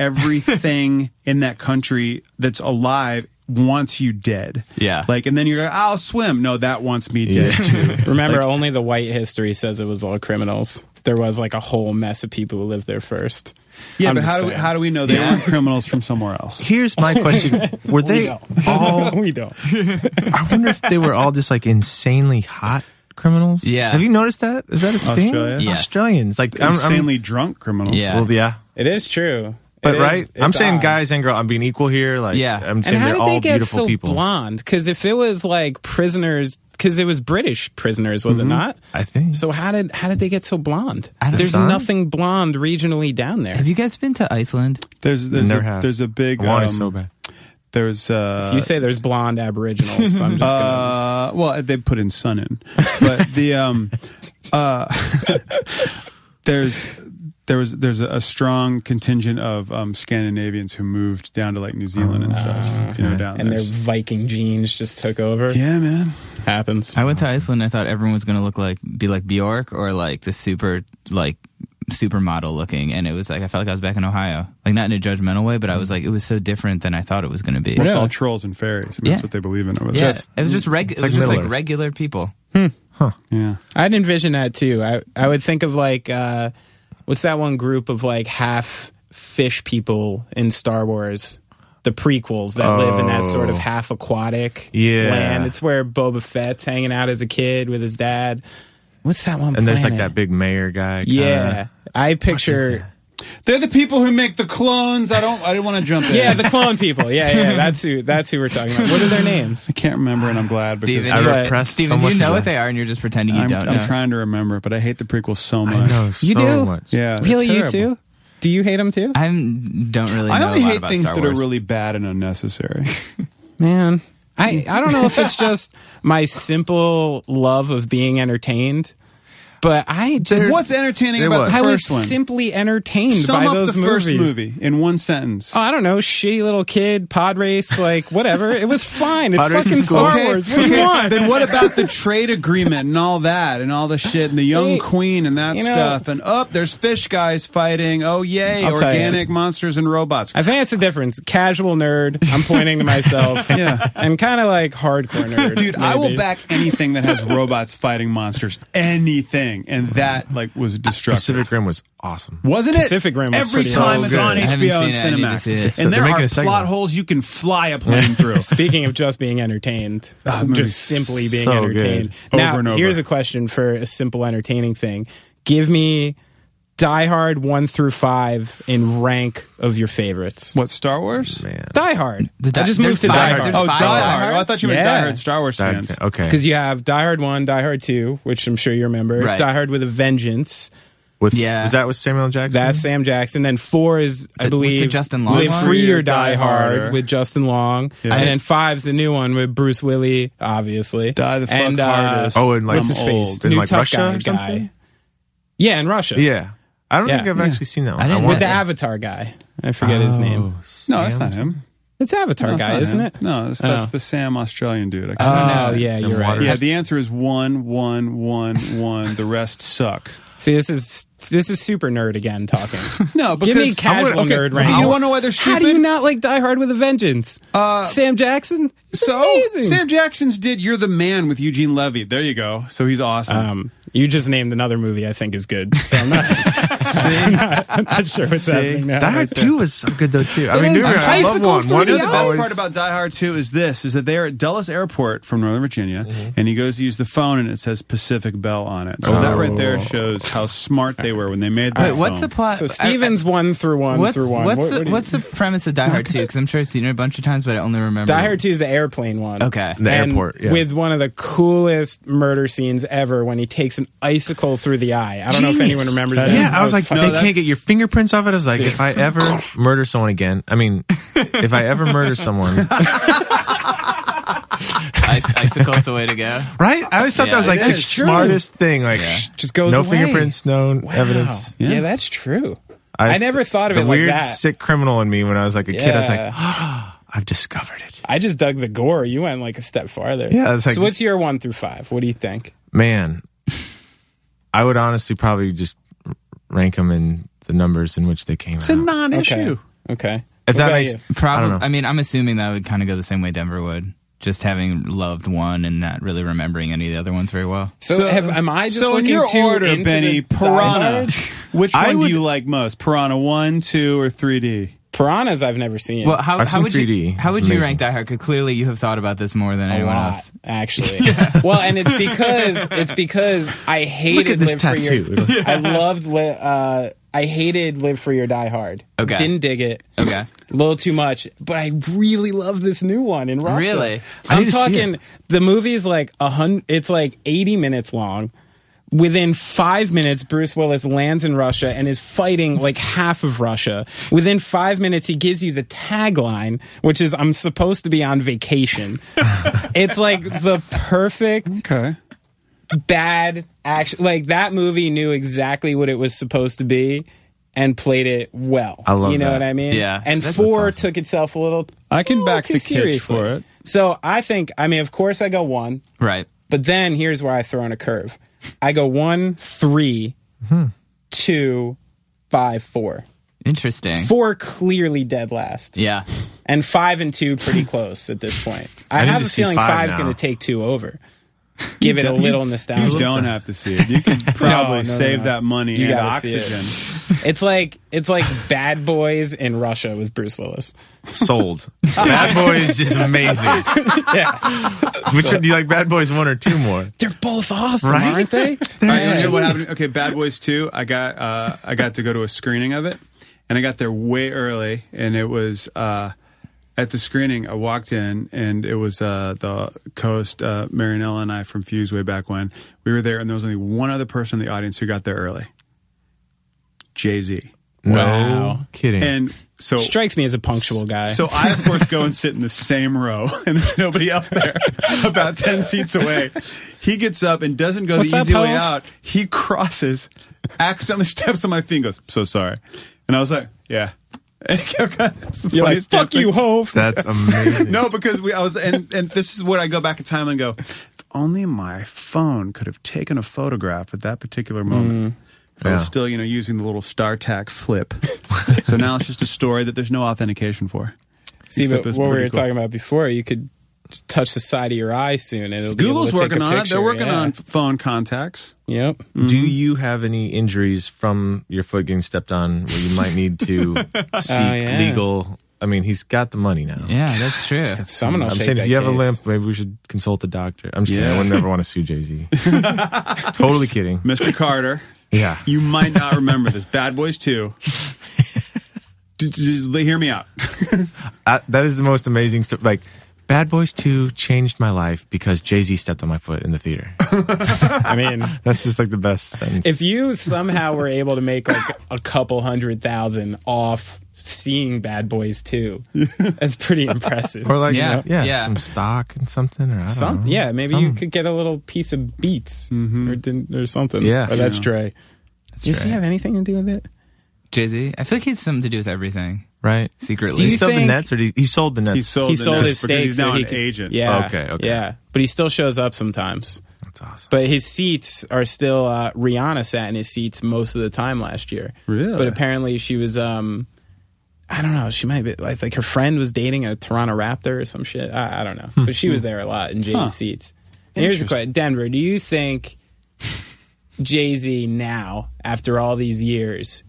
everything in that country that's alive wants you dead. Yeah. like, and then you're like, I'll swim. No, that wants me dead too. Remember, only the white history says it was all criminals. There was like a whole mess of people who lived there first. Yeah, I'm but just how do we, saying. how do we know they weren't criminals from somewhere else? here's my question: Were they all? we don't. I wonder if they were all just like insanely hot criminals. Yeah. Have you noticed that? Is that a thing? Australia? Yes. Australians like I'm, Insanely drunk criminals. Yeah. I'm, well, yeah. It is true. But It is- right, I'm it's saying odd. guys and girls. I'm being equal here. Like Yeah. I'm saying And how they're did all they get beautiful so people. blonde? Because if it was like prisoners, because it was British prisoners, was Mm-hmm. it not? I think So how did how did they get so blonde? I don't- There's Sun? nothing blonde regionally down there. Have you guys been to Iceland? There's there's Never a, have. there's a big I want it um, so bad. there's uh, If you say there's blonde aboriginals, I'm just gonna. Uh, well, they put in sun in, but the um, uh, there's there was there's a, a strong contingent of um, Scandinavians who moved down to like New Zealand and Ah. stuff, you know, down and there. their Viking genes just took over. Yeah, man. Happens. I went to Iceland. I thought everyone was going to look like be like Bjork or like the super like supermodel looking, and it was like I felt like I was back in Ohio. Like not in a judgmental way, but I was like it was so different than I thought it was going to be. Well, it's Yeah. all trolls and fairies. I mean, That's Yeah. what they believe in over Yeah, there. it was just reg- it like was just like Middle Earth. regular people. Yeah. I'd envision that too. I I would think of like uh, what's that one group of like half fish people in Star Wars, the prequels that live in that sort of Oh. half aquatic Yeah. land. It's where Boba Fett's hanging out as a kid with his dad. What's that one? And there's like that planet? big uh, mayor guy. kinda. Yeah, I picture. They're the people who make the clones. I don't. I didn't want to jump in. Yeah, the clone people. Yeah, yeah, that's who. That's who we're talking about. What are their names? I can't remember, and I'm glad because Steven, I you- Right. repressed so Steven, do much you of know what that. they are, and you're just pretending you I'm, don't know. I'm trying to remember, but I hate the prequel so much. I know so You do? much. Yeah. Really, it's you terrible. too? Do you hate them too? I'm don't really. I know only a lot hate about things Star that are Wars. really bad and unnecessary. man i i don't know if it's just my simple love of being entertained but i just What's entertaining There about was. the i was first one? simply entertained Sum by up those the movies first movie in one sentence. Oh, I don't know, shitty little kid, pod race, like whatever. It was fine. It's Pod race fucking is cool. Star Okay. Wars. What do you want? then what about the trade agreement and all that and all the shit and the young See, queen and that you know- stuff and up oh, there's fish guys fighting oh yay I'll tell you. organic monsters and robots I think that's the difference. Casual nerd, I'm pointing to myself. Yeah. And kind of like hardcore nerd. dude I will maybe. back anything that has robots fighting monsters anything and that like was destructive Pacific Rim was awesome. wasn't it Uh, Pacific Rim was every pretty time awesome. it's on I HBO haven't and seen it. I need to see it. Cinemax So and they're there making are a second plot one. holes you can fly a plane through Speaking of just being entertained, That movie's just simply being so entertained. good. Over now, and over. here's a question for a simple entertaining thing. Give me Die Hard 1 through 5 in rank of your favorites. what Star Wars Man. Die Hard. The Di- I just moved there's to five. Die There's oh Die Hard. five Die Hard Hard? oh, I thought you meant Yeah. Die Hard Star Wars That- fans okay. Because you have Die Hard 1, Die Hard 2, which I'm sure you remember. Right. Die Hard with a Vengeance. With, Yeah. Was that with Samuel L. Jackson? That's uh, Sam Jackson. Then 4 is, it- I what's believe, the Justin Long Live one? Free or Free Die, Hard Harder. with Justin Long. And then five's the new one with Bruce Willie, obviously. Die the fuck and, uh, hardest. Oh, and like I'm what's his old. face? In New like tough Russia guy or something? guy. Yeah, in Russia. Yeah. I don't Yeah. think I've actually seen that one. didn't want Oh, With the Yeah. Avatar guy. I forget his name. no that's not him It's Avatar Oh. No, it's guy, not isn't him. it? No, that's, that's Oh. the Sam Australian dude. I can't Oh, remember his yeah, name. you're right. Yeah, the answer is one, one, one, one. The rest suck. See, this is this is super nerd again talking. No, Give me because- I wanna- casual okay, nerd you rank. wanna know why they're How do you stupid? not like Die Hard with a Vengeance? Uh, Sam Jackson. It's So amazing. Sam Jackson's did "You're the Man" with Eugene Levy. There you go. So he's awesome. um, you just named another movie I think is good. So I'm not, I'm not, I'm not sure what's happening now. Die Hard Two was so good though too. I It mean, is don't get me wrong, I love bicycle one. for One the is the best always. part about Die Hard 2 is this is that they're at Dulles Airport from Northern Virginia and he goes to use the phone and it says Pacific Bell on it. So that right there shows how smart they were when they made that. Wait, what's the phone. plot? So Stevens one through one what's, through one. What's, What- the, what do you- what's the premise of Die Hard 2? Because I'm sure I've seen it a bunch of times, but I only remember. Die Hard Two is the airplane one. Okay. The And airport, yeah. with one of the coolest murder scenes ever when he takes an icicle through the eye. I don't know if anyone remembers that. Yeah, I was like, No, they that's- can't get your fingerprints off it. I was like, if I ever murder someone again, I mean, if I ever murder someone, Ice, icicle's the way to go. right? I always thought Yeah, that was like it the is true. smartest thing. Like, just goes no away. fingerprints, no evidence. Yeah. Yeah. that's true. I, never thought of the it weird, like that. sick criminal in me when I was like a kid. I was Yeah. like, "Ah, I've discovered it, I just dug the gore. You went like a step farther. Yeah, it's like- so what's your one through five? What do you think? man. I would honestly probably just rank them in the numbers in which they came It's a out. non Okay. issue. Okay. if What that about makes, you? I Probably. don't know. I, mean, I'm assuming that would kind of go the same way Denver would, just having loved one and not really remembering any of the other ones very well. So, have, am I just so in looking your too order, into Benny, the Die Piranha. Hard? Which I one would- do you like most? Piranha 1, 2, or 3D? Piranhas, I've never seen. Well, how, I've how seen would 3D. you how It's would amazing. you rank Die Hard? 'Cause clearly you have thought about this more than a anyone lot, else. actually. Well, and it's because it's because I hated Look at this Live for Your. tattoo. I loved. Li- uh, I hated Live for Your Die Hard. Okay. Didn't dig it. Okay. A little too much, but I really love this new one in Russia. Really? I I'm need to see talking it. the movie's like a hundred. It's like 80 minutes long. Within five minutes, Bruce Willis lands in Russia and is fighting like half of Russia. Within five minutes, he gives you the tagline, which is "I'm supposed to be on vacation." it's like the perfect Okay. bad action. Like that movie knew exactly what it was supposed to be and played it well. I love You know that. what I mean? Yeah. And That's- four that's awesome. took itself a little. I can a little back too the Kitch seriously. for it. So I think. I mean, of course, I go one, Right. but then here's where I throw in a curve. I go one, three, Hmm. two, five, four. Interesting. Four clearly dead last, Yeah. and five and two pretty close at this point. I, I need have to a see feeling five five's now. going to take two over. Give it a little nostalgia. You don't have to see it. You can probably No, no, no, save no. that money You and gotta see it. oxygen. It's like it's like Bad Boys in Russia with Bruce Willis. sold. Bad Boys is amazing. Which one do you like? Bad Boys one or two more? They're both awesome, Right? aren't they? All right, you wanna know what happened? Okay, Bad Boys Two. I got uh, I got to go to a screening of it, and I got there way early, and it was uh, at the screening. I walked in, and it was uh, the coast uh, Marinella and I from Fuse way back when we were there, and there was only one other person in the audience who got there early. Jay Z, Wow. No kidding. and so Strikes me as a punctual guy. so I, of course, go and sit in the same row, and there's nobody else there, about ten seats away. He gets up and doesn't go What's the up, easy way Hov? out. He crosses, accidentally steps on my feet, and goes, "So sorry," and I was like, "Yeah." And he kept going, It's the You're like, funniest damn fuck you, thing." Hove. That's amazing. No, because we, I was, and and this is what I go back in time and go. If only my phone could have taken a photograph at that particular Mm. moment. I was Yeah. still, you know, using the little StarTAC flip. so now it's just a story that there's no authentication for. See, Except but it's what we pretty were cool. talking about before, you could touch the side of your eye soon, and it'll be Google's able to take working a on it. picture, They're working yeah. on phone contacts. Yep. Do you have any injuries from your foot getting stepped on where you might need to seek Oh, yeah. legal? I mean, he's got the money now. Yeah, that's true. Someone I'm will shake saying if that you have a case. limp, maybe we should consult a doctor. I'm just kidding. I would never want to sue Jay Z. totally kidding. Mr. Carter, Yeah. you might not remember this. Bad Boys 2. D- d- d- hear me out. I, that is the most amazing stuff. Like, Bad Boys 2 changed my life because Jay Z stepped on my foot in the theater. I mean, That's just like the best sentence. if you somehow were able to make like a couple hundred thousand off seeing Bad Boys 2, that's pretty impressive. or like, Yeah, yeah, yeah, yeah. some stock and something, or I don't Some, know. yeah, maybe you Some- Mm-hmm. could get a little piece of beats or didn't, or something. Yeah. or that's Dre. Does he Dre. have anything to do with it? Jay Z. I feel like he has something to do with everything right. secretly. Did he you sell the think- Nets, or did he, he sold Oh, the Nets? He sold, he the sold Nets his because stakes. He's now so he an could- agent. Yeah. Okay, okay. Yeah, but he still shows up sometimes. That's awesome. But his seats are still uh, Rihanna sat in his seats most of the time last year. Really? But apparently she was um I don't know, she might be like like her friend was dating a Toronto Raptor or some shit. I, I don't know. but she was there a lot in Jay-Z's Hmm. Huh. seats. And here's a question. Denver, do you think Jay-Z now after all these years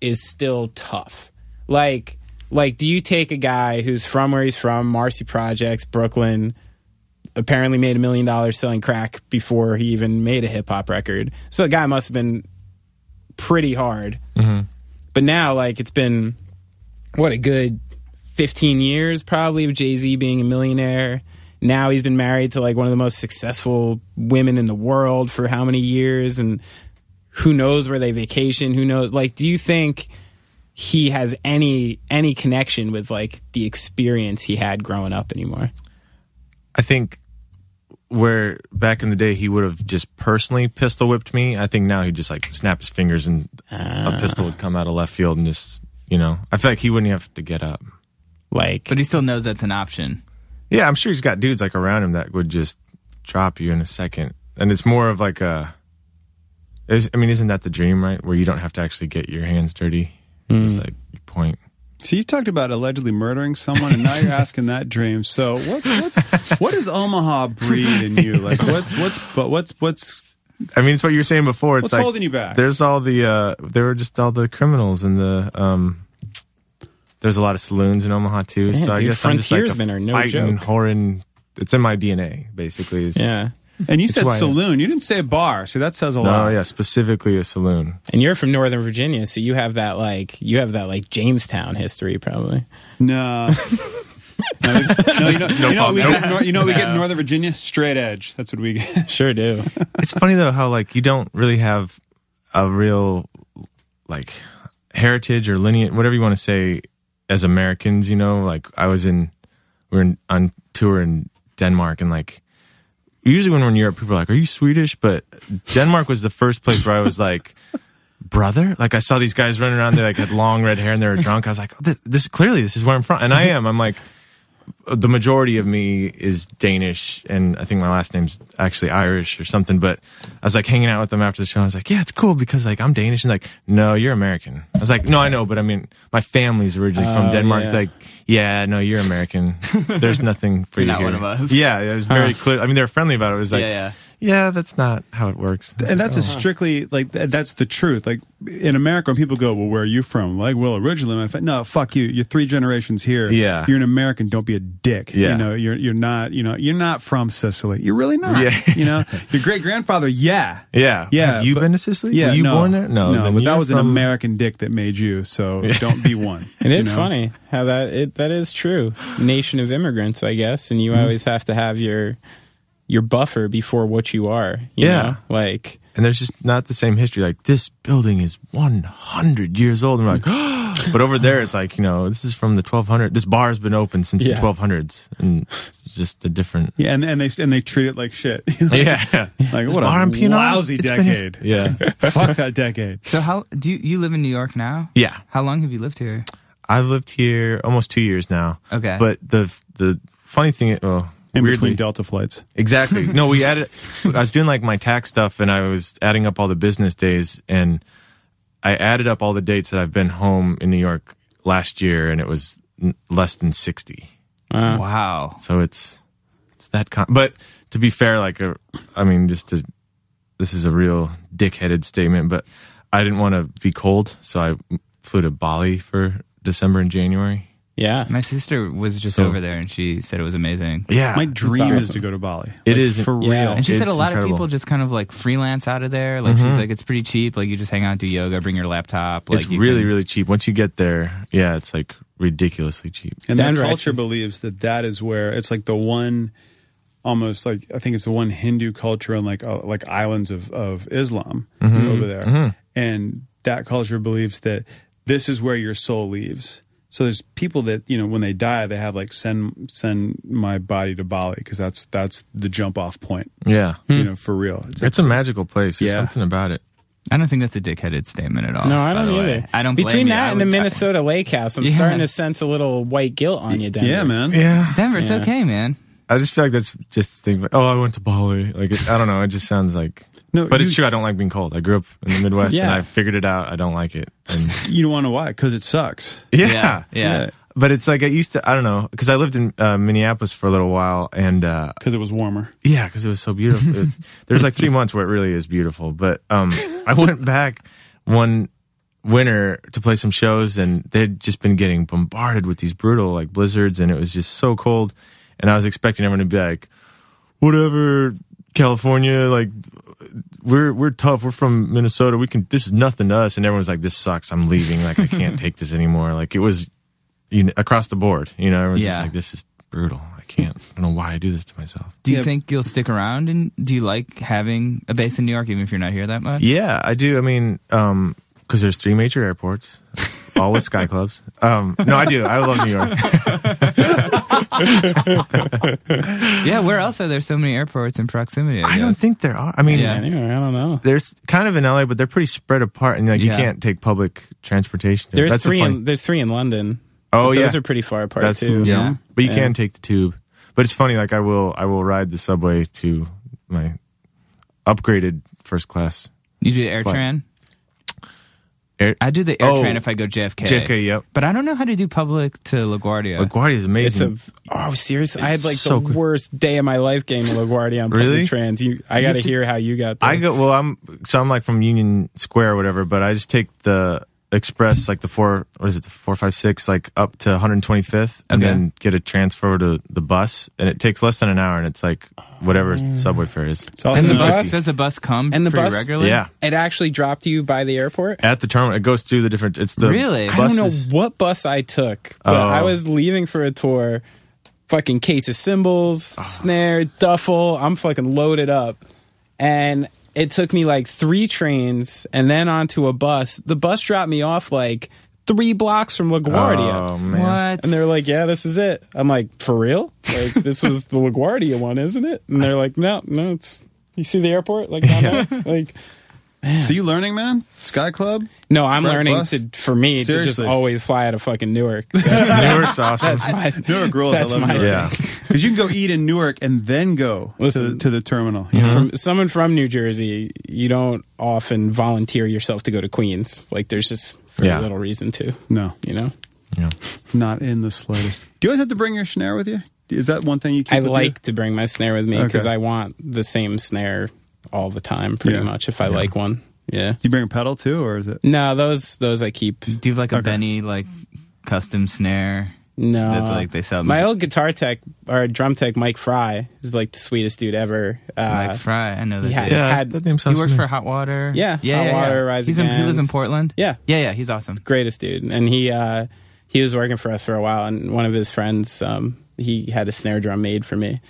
is still tough? Like like do you take a guy who's from where he's from, Marcy Projects, Brooklyn, apparently made a million dollars selling crack before he even made a hip hop record. So the guy must have been pretty hard. But now, like, it's been what a good 15 years probably of Jay Z being a millionaire. Now he's been married to like one of the most successful women in the world for how many years and who knows where they vacation, who knows like do you think he has any any connection with like the experience he had growing up anymore? I think where back in the day he would have just personally pistol whipped me, I think now he'd just like snap his fingers and a pistol would come out of left field and just you know. I feel like he wouldn't have to get up. Like But he still knows that's an option. Yeah, I'm sure he's got dudes like around him that would just drop you in a second. And it's more of like a. is- I mean, isn't that the dream, right? Where you don't have to actually get your hands dirty. It's Hmm. like you point. So you talked about allegedly murdering someone, and now you're asking that dream. So what? What's, what does Omaha breed in you? Like what's what's but what's what's I mean, it's what you were saying before. It's What's like, holding you back? There's all the. Uh, there were just all the criminals and the. Um, there's a lot of saloons in Omaha too. Yeah, so I dude, guess I'm just like frontiersmen a are no fighting, joke. whoring. It's in my DNA, basically. Is, yeah. and you It's said why I- saloon. You didn't say bar. So that says a No, lot. Oh, yeah, specifically a saloon. And you're from Northern Virginia, so you have that like you have that like Jamestown history probably. No. No, we- no, you know, you know, what we comment. get, in Nor- you know what we get in Northern Virginia straight edge. That's what we get. Sure do. it's funny though how like you don't really have a real like heritage or lineage whatever you want to say as americans you know like i was in we were in, on tour in denmark and like usually when we're in europe people are like are you swedish but denmark was the first place where i was like brother like i saw these guys running around they like had long red hair and they were drunk i was like this, this clearly this is where i'm from and i am i'm like the majority of me is Danish, and I think my last name's actually Irish or something. But I was like hanging out with them after the show. And I was like, "Yeah, it's cool because like I'm Danish," and like, "No, you're American." I was like, "No, I know, but I mean, my family's originally from Oh, Denmark." yeah. Like, "Yeah, no, you're American. There's nothing for You're you not here." one of us. Yeah, it was very clear. I mean, they were friendly about it. It was like, Yeah, "Yeah, that's not how it works." I was And like, that's a strictly like th- that's the truth. Like in America, when people go, "Well, where are you from?" Like, well, originally, my fa-" no, fuck you. You're three generations here. Yeah. you're an American. Don't be a dick. Yeah. you know, you're you're not. You know, you're not from Sicily. You're really not. Yeah. you know, your great grandfather. Yeah, yeah, Yeah, Have you but- been to Sicily? yeah. Were you no, born there? No, no. then But that you're was an from- American dick that made you. So don't be one. It you is know? funny how that it that is true. Nation of immigrants, I guess, and you always have to have your your buffer before what you are. you Yeah. know? like and there's just not the same history. Like this building is 100 years old, and we're like, but over there it's like you know this is from the 1200. This bar's been open since Yeah. the 1200s, and it's just a different. Yeah, and, and they and they treat it like shit. Yeah, like This what bar a I'm peeing on, lousy it's been here- decade. yeah, Fuck that decade. So how do you, you live in New York now? yeah. How long have you lived here? I've lived here almost two years now. Okay. but the the funny thing, well, In weirdly, between Delta flights. Exactly. No, we added. I was doing like my tax stuff, and I was adding up all the business days, and I added up all the dates that I've been home in New York last year, and it was n- less than sixty. Uh, wow. So it's it's that. Con- but to be fair, like a, I mean, just to this is a real dickheaded statement, but I didn't want to be cold, so I flew to Bali for December and January. yeah, My sister was just So- over there and she said it was amazing. Yeah, My dream is Ah, awesome. to go to Bali. It It is is- for yeah. real. And she said It's a lot incredible. Mm-hmm. of people just kind of like freelance out of there. Like she's like, it's pretty cheap. Like you just hang out, do yoga, bring your laptop. Like it's you really can- really cheap. Once you get there, yeah, it's like ridiculously cheap. And that Denver, I culture believes that that is where it's like the one, almost like I think it's the one Hindu culture on like uh, like islands of of Islam Mm-hmm. over there, and that culture believes that this is where your soul leaves. So there's people that you know when they die they have like send send my body to Bali because that's that's the jump off point Hmm. Yeah. Hmm. you know for real. It's like, It's a magical place. There's Yeah. something about it. I don't think that's a dickheaded statement at all. No, I by don't the either. way. I don't. blame Between you. that I and the would- I- Minnesota Lake House, I'm Yeah. starting to sense a little white guilt on you, Denver. yeah, man. Yeah. Denver, it's okay, man. I just feel like that's just thing. Like, oh, I went to Bali. Like it, I don't know. It just sounds like. No, but it's you- true. I don't like being cold. I grew up in the Midwest, and Yeah. I figured it out. I don't like it. And You don't want to why? Because it sucks. yeah, yeah. But it's like I used to. I don't know because I lived in uh, Minneapolis for a little while, and uh, Because it was warmer. yeah, because it was so beautiful. It- there's like three months where it really is beautiful. But um, I went back one winter to play some shows, and they'd just been getting bombarded with these brutal like blizzards, and it was just so cold. And I was expecting everyone to be like, "Whatever, California, like." We're we're tough. We're from Minnesota. We can. This is nothing to us. And everyone's like, "This sucks. I'm leaving. Like, I can't take this anymore." Like, it was you know, across the board. You know, everyone's just Yeah. like, "This is brutal. I can't. I don't know why I do this to myself." Do you Yeah. think you'll stick around? And do you like having a base in New York, even if you're not here that much? Yeah, I do. I mean, um 'cause because there's three major airports, all with sky clubs. Um, no, I do. I love New York. Yeah, where else are there so many airports in proximity? I, I don't guess? think there are. I mean, Yeah. Anyway, I don't know. there's kind of in LA, but they're pretty spread apart, and like you Yeah. can't take public transportation. There's That's the three. fun- In, there's three in London. Oh, But those yeah. are pretty far apart That's- too. Yeah. but you Yeah. can take the tube. But it's funny. Like I will, I will ride the subway to my upgraded first class. You do air Fine. tran. Air- I do the air Oh. tran if I go JFK. JFK. Yep. But I don't know how to do public to LaGuardia. LaGuardia is It's amazing. a oh seriously. I had like so the quick. worst day of my life game in LaGuardia on public Really? trans. You, I got to hear how you got there. I go well. I'm so I'm like from Union Square or whatever, but I just take the express, like the four. What is it? The four five six, like up to 125th, and Okay. then get a transfer to the bus, and it takes less than an hour, and it's like whatever subway fare is. It's also Does the And the bus, bus- does the bus come and the pretty bus- regularly? Yeah, It actually dropped you by the airport. at the terminal, it goes through the different. It's the Really? I I don't know buses. what bus I took, but Oh. I was leaving for a tour. Fucking case of cymbals, snare, duffel. I'm fucking loaded up. And it took me like three trains and then onto a bus. The bus dropped me off like three blocks from LaGuardia. Oh man. What? And they're like, yeah, this is it. I'm like, for real? Like, this was the LaGuardia one, isn't it? And they're like, no, no, it's, you see the airport? Like, down there? like, So you learning, man? Sky Club? no, I'm Right, learning bus? to, for me to just Seriously. always fly out of fucking Newark. Newark's awesome. Newark rules. That's I love my- Newark. yeah. Because you can go eat in Newark and then go to, Listen. the, to the terminal. Uh-huh. from someone from New Jersey, you don't often volunteer yourself to go to Queens. Like there's just very Yeah. little reason to, No, you know. Yeah. not in the slightest. Do you always have to bring your snare with you? Is that one thing you keep I with you? like to bring my snare with me because Okay. I want the same snare all the time, pretty Yeah. much. If I like one, yeah. Do you bring a pedal too, or is it? No, those those I keep. do you have like a Benny like custom snare? No, That's like they sell My music- old guitar tech or drum tech, Mike Fry, is like the sweetest dude ever. Uh, Mike Fry, I know that. yeah. dude. Yeah. Had- that name He sounds. works for Hot familiar. Water. Yeah, yeah, Hot yeah, Water, yeah. Rise he's in, he lives in Against. Portland. Yeah. yeah, yeah. He's awesome. greatest dude and he uh he was working for us for a while and one of his friends um he had a snare drum made for me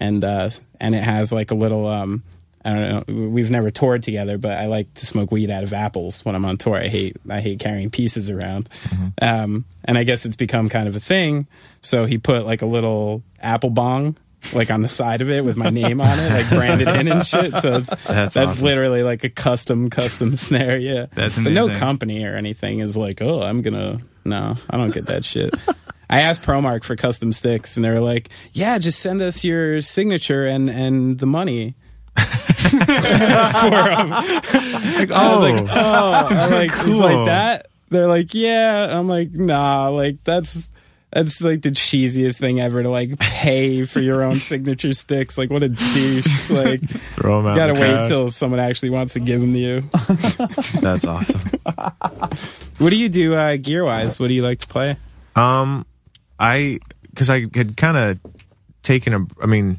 and uh and it has like a little um I don't know. We've never toured together, but I like to smoke weed out of apples when I'm on tour. I hate I hate carrying pieces around, um, and I guess it's become kind of a thing. So he put like a little apple bong like on the side of it with my name on it, like branded in and shit. So it's, That's that's, awesome. literally like a custom custom snare. Yeah, That's but no amazing. company or anything is like, oh, I'm gonna. No, I don't get that shit. I asked Promark for custom sticks, and they were like, yeah, just send us your signature and and the money. Like, I was oh. like, oh, I'm like, it's Cool. like that. They're like, yeah. I'm like, nah, like that's that's like the cheesiest thing ever to like pay for your own signature sticks. Like, what a douche. Like, Oh. Throw 'em out. gotta in the wait crowd. till someone actually wants to give them to you. That's awesome. What do you do uh, gear wise? What do you like to play? Um, I because I had kind of taken a, I mean,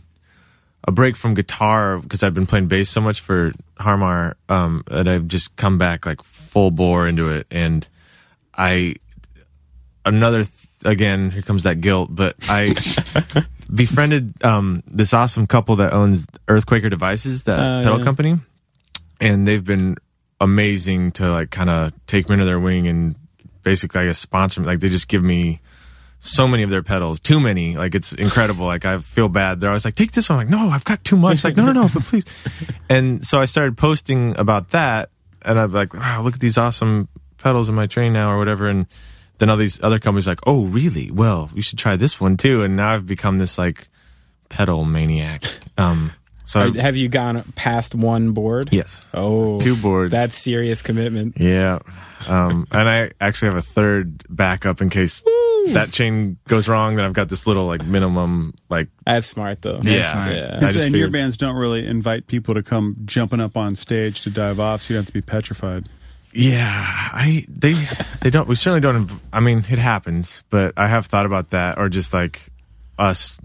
a break from guitar because I've been playing bass so much for Harmar, um, that I've just come back like full bore into it, and I another th- again here comes that guilt, but I befriended um this awesome couple that owns Earthquaker Devices, that Oh, pedal yeah. company, and they've been amazing to like kind of take me under their wing and basically I guess sponsor me. Like they just give me so many of their pedals, too many. Like it's incredible. Like I feel bad. They're always like, take this one. I'm like, no, I've got too much. Like, no, no, no, but please. And so I started posting about that, and I'm like, wow, look at these awesome pedals in my train now, or whatever. And then all these other companies like, oh, really? Well, you should try this one too. And now I've become this like pedal maniac. Um, so Are- have you gone past one board? yes, Oh, Two boards. That's serious commitment. yeah, um, and I actually have a third backup in case that chain goes wrong. Then I've got this little like minimum like That's smart though. yeah. smart. I And, just and your figured- bands don't really invite people to come jumping up on stage to dive off, so you don't have to be petrified. Yeah, I they they don't we certainly don't. inv- I mean, it happens, but I have thought about that, or just like us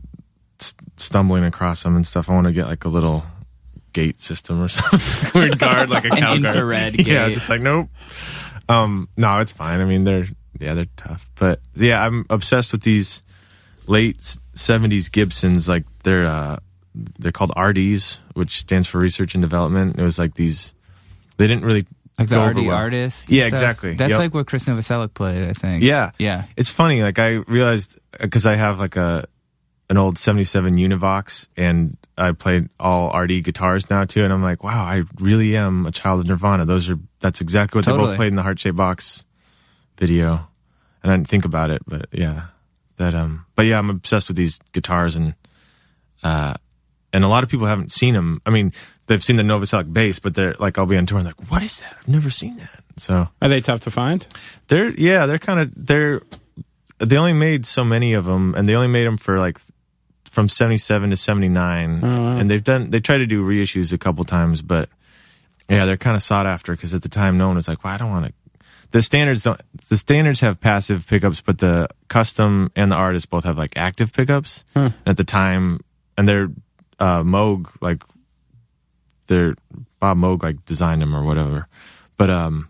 st- stumbling across them and stuff. I want to get like a little gate system or something, weird guard like a cow guard. infrared Yeah, gate. just like nope. Um, no, it's fine. I mean, they're yeah, they're tough, but yeah, I'm obsessed with these late s- '70s Gibsons. Like they're uh, they're called RDs, which stands for Research and Development. It was like these. They didn't really Like the go over RD well. artist. and Yeah, stuff. exactly. That's Yep. like what Chris Novoselic played, I think. Yeah. Yeah. It's funny. Like I realized because I have like a an old '77 Univox, and I played all RD guitars now too. And I'm like, wow, I really am a child of Nirvana. Those are that's exactly what they Totally. both played in the Heart Shaped Box video. And I didn't think about it, but yeah, that um, but yeah, I'm obsessed with these guitars and uh, and a lot of people haven't seen them. I mean, they've seen the Novoselic bass, but they're like, I'll be on tour and like, what is that? I've never seen that. So Are they tough to find? they're yeah, they're kind of they're they only made so many of them, and they only made them for like from seventy seven to seventy nine, and they've done they tried to do reissues a couple times, but yeah, they're kind of sought after because at the time no one was like, well, I don't want to. The standards don't. The standards have passive pickups, but the custom and the artist both have like active pickups. At the time, and they're uh, Moog like they're Bob Moog like designed them or whatever, but um.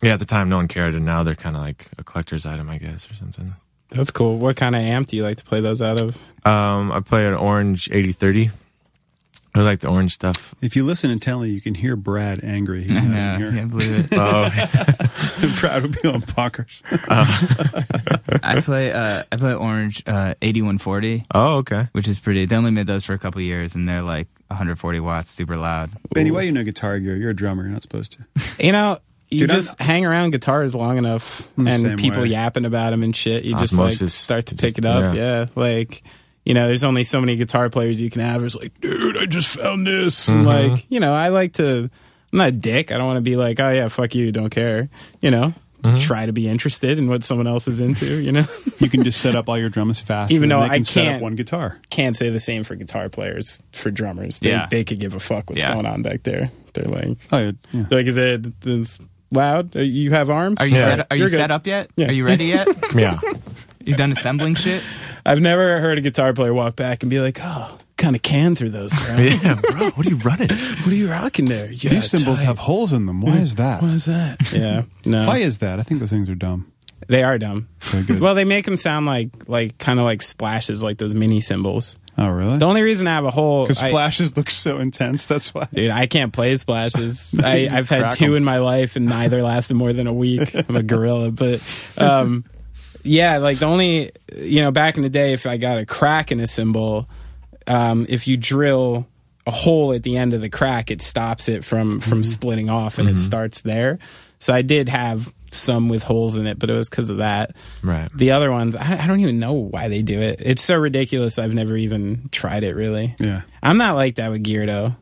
Yeah, at the time no one cared, and now they're kind of like a collector's item, I guess, or something. That's cool. What kind of amp do you like to play those out of? Um, I play an orange eighty thirty. I like the orange stuff. If you listen intently, you can hear Brad angry. He's I not Uh-huh. know. in here. Can't believe it. Oh, Brad would be on bonkers. I play uh, I play Orange uh, 8140, oh, okay. which is pretty. They only made those for a couple years, and they're like 140 watts, super loud. Benny, why do you know guitar gear? You're a drummer. You're not supposed to. You know, you Dude, I'm- just hang around guitars long enough I'm the same and people way. yapping about them and shit. You just like Osmosis. start to Just- pick it up. yeah. Yeah. Like, you know, there's only so many guitar players you can have. It's like, dude, I just found this. And Mm-hmm. like, you know, I like to, I'm not a dick. I don't want to be like, oh, yeah, fuck you. Don't care. You know, Mm-hmm. try to be interested in what someone else is into, you know? You can just set up all your drums fast. Even though they can I set up can't- one guitar. Can't say the same for guitar players, for drummers. They, Yeah. they could give a fuck what's Yeah. going on back there. They're like, Oh, yeah. yeah. they're like, is it this loud? Uh, You have arms? Are you Yeah. set? Are you You're good. set up yet? Yeah. Are you ready yet? Yeah, you done assembling shit? I've never heard a guitar player walk back and be like, "Oh, what kind of cans are those, bro? yeah, bro. What are you running? what are you rocking there? Yeah, These cymbals tight. have holes in them. Why is that? What is that? Yeah, no, Why is that? I think those things are dumb. they are dumb. They're good. Well, they make them sound like like kind of like splashes, like those mini cymbals. oh, really? The only reason I have a whole Because I- flashes look so intense. That's why. Dude, I can't play splashes. I, I've had Crack two 'em. in my life, and neither lasted more than a week. I'm a gorilla, but um, yeah, like the only you know, back in the day, if I got a crack in a cymbal, um, if you drill a hole at the end of the crack, it stops it from from splitting off, and it starts there. So I did have some with holes in it, but it was because of that. Right. The other ones, I, I don't even know why they do it. It's so ridiculous. I've never even tried it really. Yeah. I'm not like that with gear though.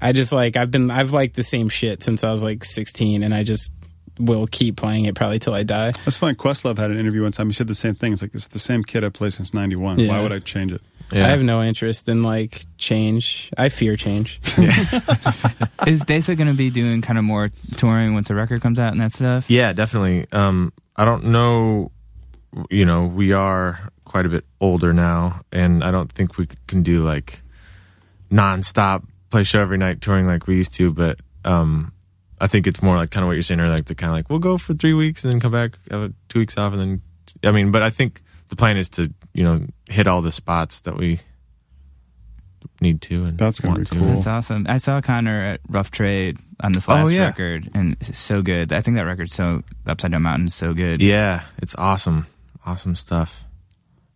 I just like I've been I've liked the same shit since I was like 16, and I just will keep playing it probably till I die. That's fine. Questlove had an interview one time. He said the same thing. It's like, it's the same kid I played since 91. Yeah. Why would I change it? Yeah. I have no interest in like change. I fear change. Is Desa gonna be doing kind of more touring once a record comes out and that stuff? Yeah, definitely. Um, I don't know. You know, we are quite a bit older now, and I don't think we can do like nonstop play show every night touring like we used to. But um, I think it's more like kind of what you're saying, or like the kind of like we'll go for three weeks and then come back, have a- two weeks off, and then I mean, but I think the plan is to you know hit all the spots that we need to, and That's gonna want be to. cool. That's awesome. I saw Connor at Rough Trade on this last Oh, yeah. record, and it's so good. I think that record's so Upside Down Mountain is so good. Yeah, it's awesome. Awesome stuff.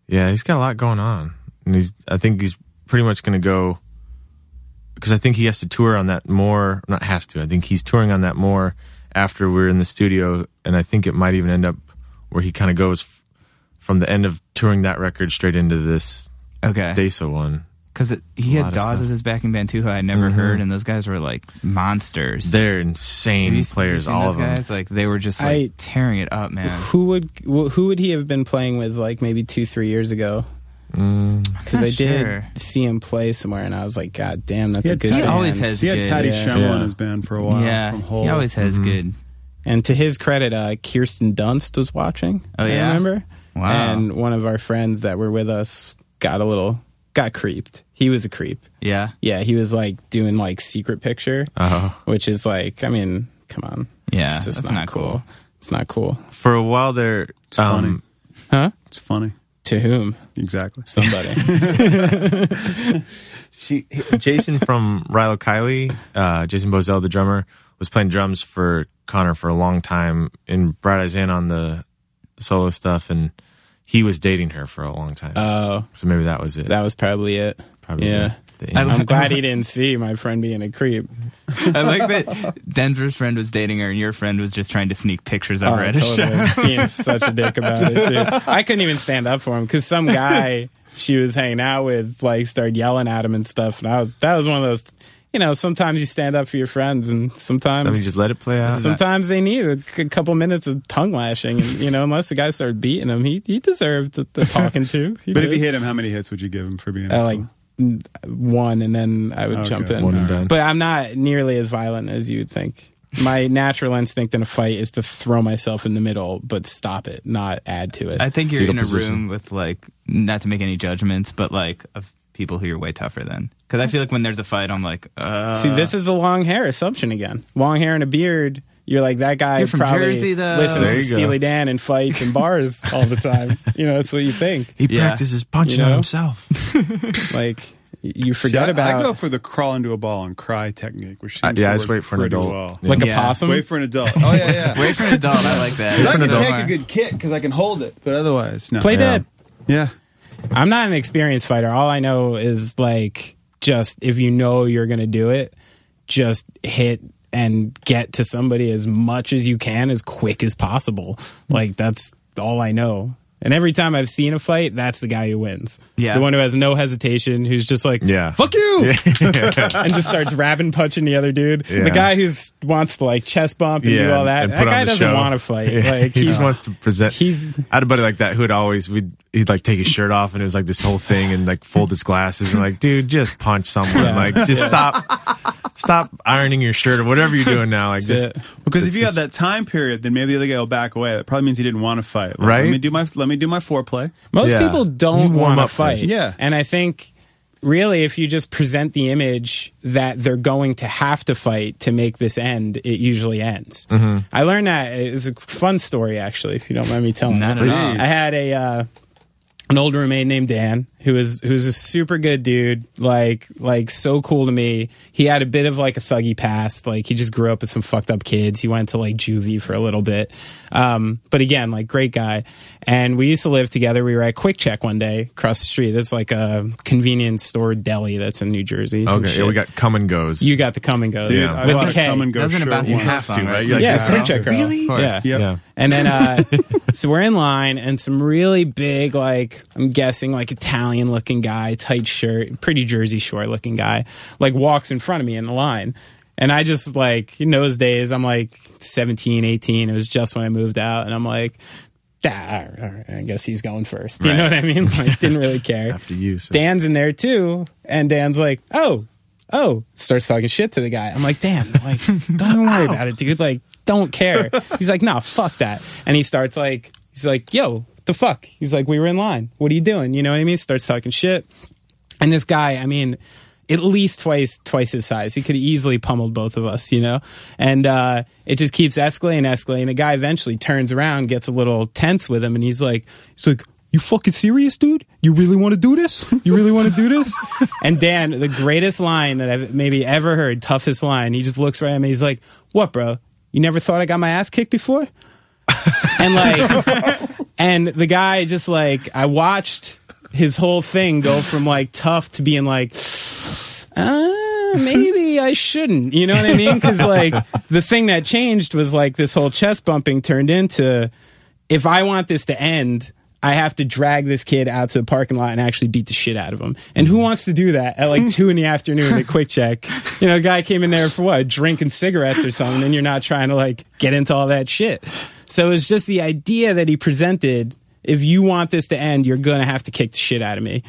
Yeah, he's got a lot going on. And he's I think he's pretty much going to go because I think he has to tour on that more, not has to. I think he's touring on that more after we're in the studio and I think it might even end up where he kind of goes f- from the end of touring that record straight into this Okay. Desa one. because he A had lot of Dawes stuff. as his backing band too, who I had never Mhm. heard, and those guys were like monsters. They're Have insane you- have you players, seen all those of them. Guys? Like they were just like I- tearing it up, man. Who would wh- who would he have been playing with like maybe two three years ago? Mm. Because Not I did sure. see him play somewhere, and I was like, God damn, that's He a had good. Patty- He band. always has He had good. Patty yeah. Shamel Yeah. in his band for a while. yeah, from Hole. he always has Mhm. good. And to his credit, uh, Kirsten Dunst was watching. Oh, I yeah? remember? Wow. And one of our friends that were with us got a little got creeped. He was a creep. Yeah, Yeah, he was like doing like secret picture, Oh. which is like, I mean, come on, yeah, it's just that's not, cool. It's not cool. For a while there, um, Huh? It's funny. To whom? Exactly. Somebody. she, Jason from Rilo Kiley, uh, Jason Bozell, the drummer, was playing drums for Connor for a long time and brought us in on the solo stuff, and he was dating her for a long time. Oh, so maybe that was it. that was probably it. probably yeah. the- the I end. I'm glad he didn't see my friend being a creep. I like that Denver's friend was dating her and your friend was just trying to sneak pictures Oh, of her at a Oh, totally. show. Being such a dick about it, too. I couldn't even stand up for him because some guy she was hanging out with like started yelling at him and stuff, and I was that was one of those. You know, sometimes you stand up for your friends, and sometimes I mean, just let it play out. sometimes they need a c- couple minutes of tongue lashing. And you know, unless the guy started beating him, he he deserved the, the talking to. But if did. he hit him, how many hits would you give him for being I a like n- one, and then I would Okay. jump in. One and done. But I'm not nearly as violent as you'd think. My natural instinct in a fight is to throw myself in the middle, but stop it, not add to it. I think you're Fetal in a position. room with like not to make any judgments, but like of people who are way tougher than. Because I feel like when there's a fight, I'm like, uh, See, this is the long hair assumption again. Long hair and a beard. You're like that guy You're from probably Jersey, though. listens There to you go. Steely Dan and fights and bars all the time. you know, that's what you think. he Yeah. practices punching You know? on himself. Like y- you See, forget I- about I go for the crawl into a ball and cry technique, which I- seems Uh, yeah, I to just work wait for an pretty adult. well. Yeah. like a Yeah. possum. Wait for an adult. Oh yeah, yeah. wait for an adult. I like that. I That's can so take hard. a good kick because I can hold it, but otherwise, no. Play yeah. dead. Yeah, I'm not an experienced fighter. All I know is like just if you know you're going to do it, just hit and get to somebody as much as you can as quick as possible. Like that's all I know. And every time I've seen a fight, that's the guy who wins. Yeah. The one who has no hesitation, who's just like, Yeah. fuck you. and just starts rapping, punching the other dude. Yeah. The guy who's wants to like chest bump and do all that. and That put on guy the doesn't show. want to fight. Yeah. Like he just he's- wants to present. he's- I had a buddy like that who would always we'd he'd like take his shirt off and it was like this whole thing and like fold his glasses and like, dude, just punch someone. Yeah. Like, just stop, stop ironing your shirt or whatever you're doing now. Like, That's just it. because if It's you have just- that time period, then maybe the other guy will back away. That probably means he didn't want to fight. Like, Right? Let me do my let me do my foreplay. Most Yeah. people You don't warm want to up fight. first. Yeah. And I think really if you just present the image that they're going to have to fight to make this end, it usually ends. Mm-hmm. I learned that it's a fun story actually, if you don't mind me telling. Not it. at all. I had a uh, an old roommate named Dan who was who was a super good dude, like like so cool to me. He had a bit of like a thuggy past, like he just grew up with some fucked up kids. He went to like juvie for a little bit, um, but again, like great guy. And we used to live together. We were at Quick Check one day across the street. That's like a convenience store deli that's in New Jersey. and okay. Yeah, we shit. got come and goes. you got the come and goes Dude, Yeah. I with bought the a K. come and go Doesn't shirt it bounce you once. have to, song, right? right? You're like, Yeah, yes, Quick Check Girl. Really? Of course. Yeah. Yep. yeah. And then, uh, so we're in line, and some really big, like, I'm guessing, like, Italian looking guy, tight shirt, pretty Jersey Shore looking guy, like, walks in front of me in the line. And I just, like, in those days, I'm like 17, 18. It was just when I moved out. And I'm like, ah, all right, I guess he's going first. You know what I mean? Like, didn't really care. After you, so. Dan's in there too, and Dan's like, "Oh, oh," starts talking shit to the guy. I'm like, "Damn, like, don't even worry about it, dude. Like, don't care." He's like, "Nah, fuck that," and he starts like, he's like, "Yo, the fuck?" He's like, "We were in line. What are you doing?" You know what I mean? Starts talking shit, and this guy, I mean. At least twice, twice his size. He could have easily pummeled both of us, you know. And uh, it just keeps escalating, escalating. The guy eventually turns around, gets a little tense with him, and he's like, "He's like, you fucking serious, dude? You really want to do this? You really want to do this? and Dan, the greatest line that I've maybe ever heard, toughest line, he just looks right at me. He's like, What, bro? You never thought I got my ass kicked before? and like, and the guy just like, I watched his whole thing go from like tough to being like, uh, maybe I shouldn't. You know what I mean? Because like the thing that changed was like this whole chest bumping turned into if I want this to end, I have to drag this kid out to the parking lot and actually beat the shit out of him. And who wants to do that at like two in the afternoon at Quick Check? You know, a guy came in there for what? Drinking cigarettes or something, and you're not trying to like get into all that shit. So it's just the idea that he presented. If you want this to end, you're gonna have to kick the shit out of me.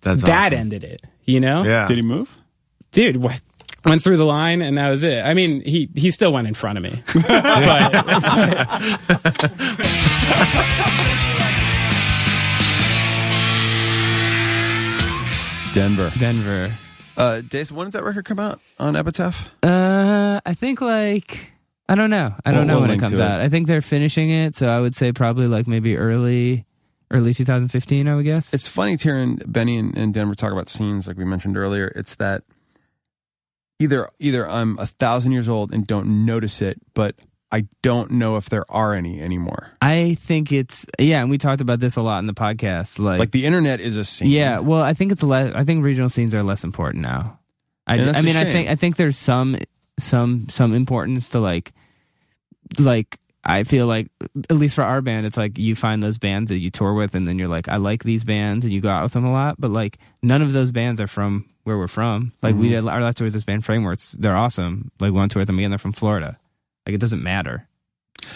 That's that awesome. ended it. You know? Yeah. Did he move? dude what went through the line and that was it i mean he he still went in front of me but Denver. Denver. Uh, Dace, when does that record come out on Epitaph? Uh, I think like I don't know. I don't We'll- know we'll when it link comes to it. out. I think they're finishing it, so I would say probably like maybe early, early 2015. I would guess. It's funny hearing Benny and, and Denver talk about scenes like we mentioned earlier. It's that either either I'm a thousand years old and don't notice it, but I don't know if there are any anymore. I think it's yeah, and we talked about this a lot in the podcast. Like, Like the internet is a scene. yeah, well, I think it's less. I think regional scenes are less important now. I, And d- that's I a mean, I shame. think I think there's some some some importance to like like I feel like at least for our band, it's like you find those bands that you tour with, and then you're like, I like these bands, and you go out with them a lot. But like none of those bands are from where we're from. Like we Mm-hmm. did our last tour was this band Frameworks. They're awesome. Like we went on tour with them again. They're from Florida. Like it doesn't matter.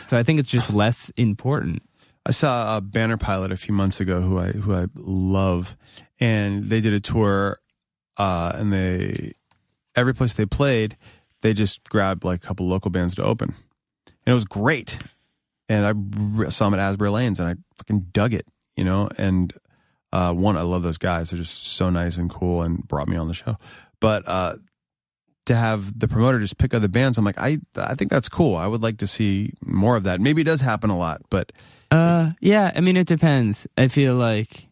So I think it's just less important. I saw a banner pilot a few months ago who I who I love, and they did a tour, uh, and they every place they played, they just grabbed like a couple local bands to open, and it was great. And I re- saw them at Asbury Lanes, and I fucking dug it, you know. And uh, one, I love those guys; they're just so nice and cool, and brought me on the show. But uh, to have the promoter just pick other bands, I'm like, I I think that's cool. I would like to see more of that. Maybe it does happen a lot, but Uh, yeah. I mean, it depends. I feel like,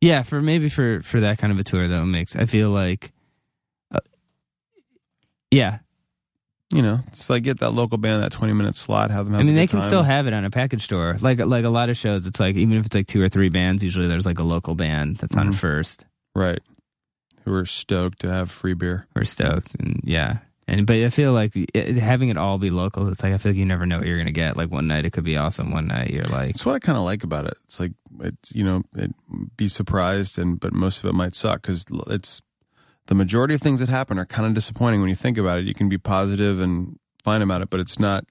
yeah, for maybe for for that kind of a tour though, makes I feel like, uh, yeah. you know, it's like get that local band that twenty minute slot, have them. Have I mean, a good they can time. still have it on a package tour. Like like a lot of shows, it's like even if it's like two or three bands, usually there's like a local band that's on Mhm. first. right. Who are stoked to have free beer? We're stoked, and yeah. And but I feel like it, it- having it all be local, it's like I feel like you never know what you're gonna get. Like one night it could be awesome, one night you're like, It's what I kind of like about it. It's like it's you know, it, be surprised, and but most of it might suck because it's the majority of things that happen are kind of disappointing when you think about it. You can be positive and fine about it, but it's not.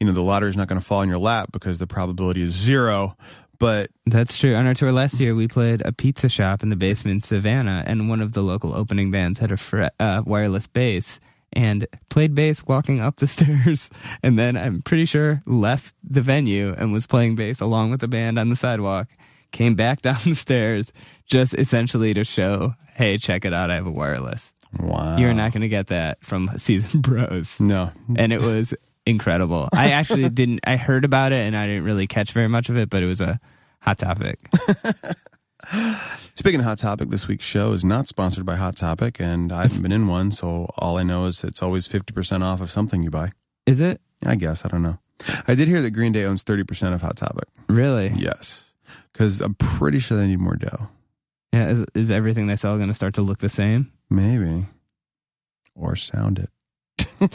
You know, the lottery's not going to fall in your lap because the probability is zero. But That's true. On our tour last year, we played a pizza shop in the basement in Savannah, and one of the local opening bands had a fre- uh, wireless bass and played bass walking up the stairs, and then I'm pretty sure left the venue and was playing bass along with the band on the sidewalk. Came back down the stairs just essentially to show, hey, check it out, I have a wireless. wow, You're not going to get that from Season Bros No, and it was incredible. I actually didn't. I heard about it, and I didn't really catch very much of it, but it was a hot topic. Speaking of Hot Topic, this week's show is not sponsored by Hot Topic, and I haven't been in one, so all I know is it's always 50% off of something you buy. Is it I guess. I don't know. I did hear that Green Day owns 30% of Hot Topic. really? Yes. Because I'm pretty sure they need more dough. Yeah, is, is everything they sell going to start to look the same? Maybe. Or sound it.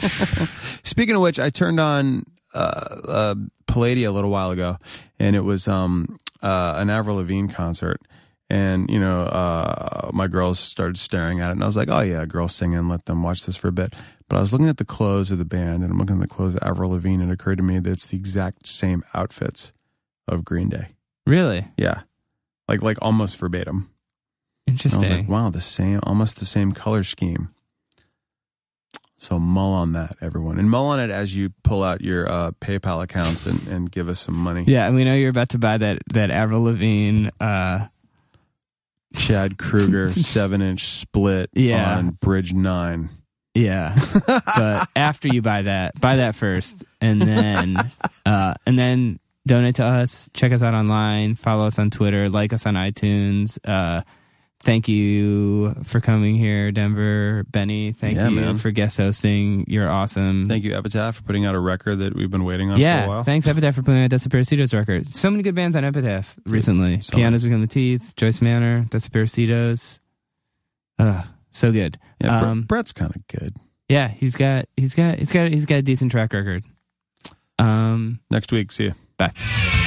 Speaking of which, I turned on uh, uh, Palladia a little while ago, and it was um, uh, an Avril Lavigne concert. And, you know, uh, my girls started staring at it, and I was like, oh, yeah, girls singing, let them watch this for a bit. But I was looking at the clothes of the band, and I'm looking at the clothes of Avril Lavigne, and it occurred to me that it's the exact same outfits of Green Day. Really Yeah. Like, like almost verbatim. And I interesting. was like, wow, the same, almost the same color scheme. So mull on that, everyone, and mull on it as you pull out your uh, PayPal accounts and, and give us some money. yeah, and we know you're about to buy that that Avril Lavigne. Uh, Chad Kruger seven inch split Yeah. on Bridge Nine. yeah, but after you buy that, buy that first, and then uh, and then donate to us. Check us out online. Follow us on Twitter. Like us on iTunes. Uh, thank you for coming here, Denver Benny. Thank Yeah, you man. for guest hosting. You're awesome. Thank you, Epitaph, for putting out a record that we've been waiting on for a yeah, while. thanks Epitaph for putting out Desaparecidos record. So many good bands on Epitaph recently. so Pianos Become the Teeth, Joyce Manor, Desaparecidos. Ugh, so good. yeah, Bre- um, Brett's kind of good. Yeah, he's got he's got he's got he's got a decent track record. Um, Next week, see you. bye.